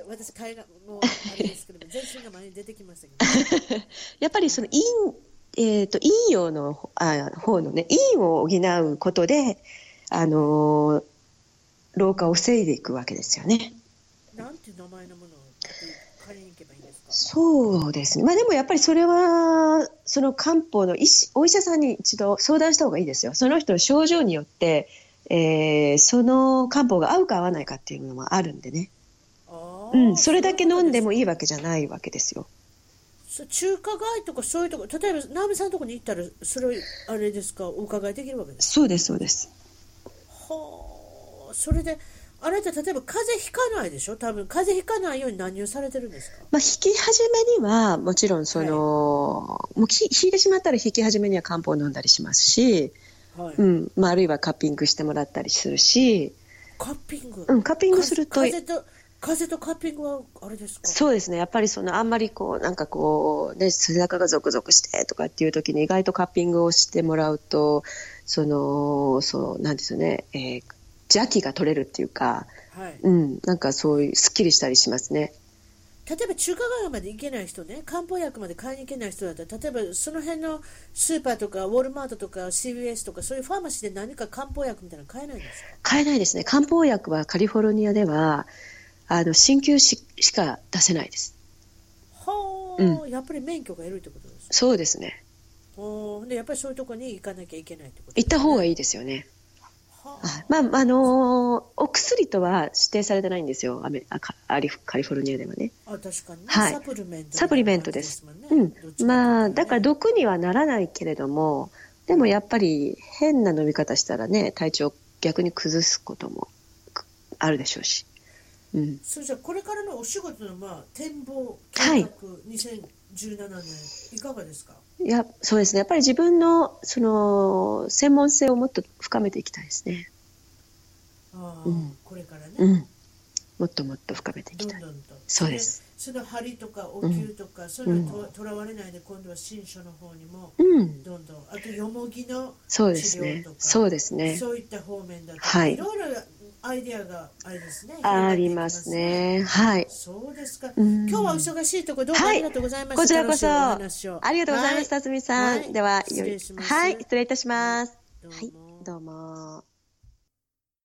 私海がもうあれですけども全身が前に出てきましたけど やっぱりその陰,、えー、と陰陽のあ方のね陰を補うことで、あのー老化を防いでいくわけですよね。なんていう名前のものを借りに行けばいいんですそうですね、まあ、でもやっぱりそれはその漢方の医師お医者さんに一度相談した方がいいですよ、その人の症状によって、えーその漢方が合うか合わないかっていうのもあるんでね、かあうーん、それだけ飲んでもいいそうわけじゃないわけですよ。そう中華街とかそういうとこ例えばナ美さんのとこに行ったらそれあれですかお伺いできるわけですそうですそうですはあそれであなた例えば風邪ひかないでしょ多分風邪ひかないように何をされてるんですかまあ、引き始めにはもちろんその、もうき引いてしまったら引き始めには漢方を飲んだりしますし、はい、うんまあ、あるいはカッピングしてもらったりするし、カッピング、うん、カッピングすると風風と風邪とカッピングはあれですかそうですねやっぱりそのあんまりこうなんかこう、ね、背中がゾクゾクしてとかっていう時に意外とカッピングをしてもらうとそのそうなんですよね、えー邪気が取れるっていうか、はいうん、なんかそういうすっきりしたりしますね。例えば中華街まで行けない人ね漢方薬まで買いに行けない人だったら例えばその辺のスーパーとかウォルマートとか CVS とかそういうファーマシーで何か漢方薬みたいなの買えないんですか買えないですね漢方薬はカリフォルニアではあの鍼灸師しか出せないですはあ、やっぱり免許がいるってことですそうですねほーでやっぱりそういうとこに行かなきゃいけないってこと行った方がいい、いいですよねはああまああのーお薬とは指定されてないんですよアメあカカリフカリフォルニアではねあ確かにね、はいサプリメントサプリメントですみたいな感じうんですもんねどっちかっていうとねまあだから毒にはならないけれどもでもやっぱり変な飲み方したらね体調を逆に崩すこともくあるでしょうし、うん、それじゃあこれからのお仕事のまあ展望はい計画2017年いかがですか、いやそうですねやっぱり自分のその専門性をもっと深めていきたいですね。ああうんこれからね、うん、もっともっと深めていどきんたい。どんとそうですその針とかお灸とか、そういうのととらわれないで今度は新書の方にもうん、どんどんあとよもぎのそうですね治療と。かそうですね。そういった方面だとか、はいいろいろアイデアがあれですねありますね。はい。そうですか、うん今日はお忙しいところどうもあはいりがとうございました、こちらこそ。あ楽しいお話をりがとうございまはした、つみさはん。いでは、失礼しますはい、失礼いたします。どうもはい、どうも。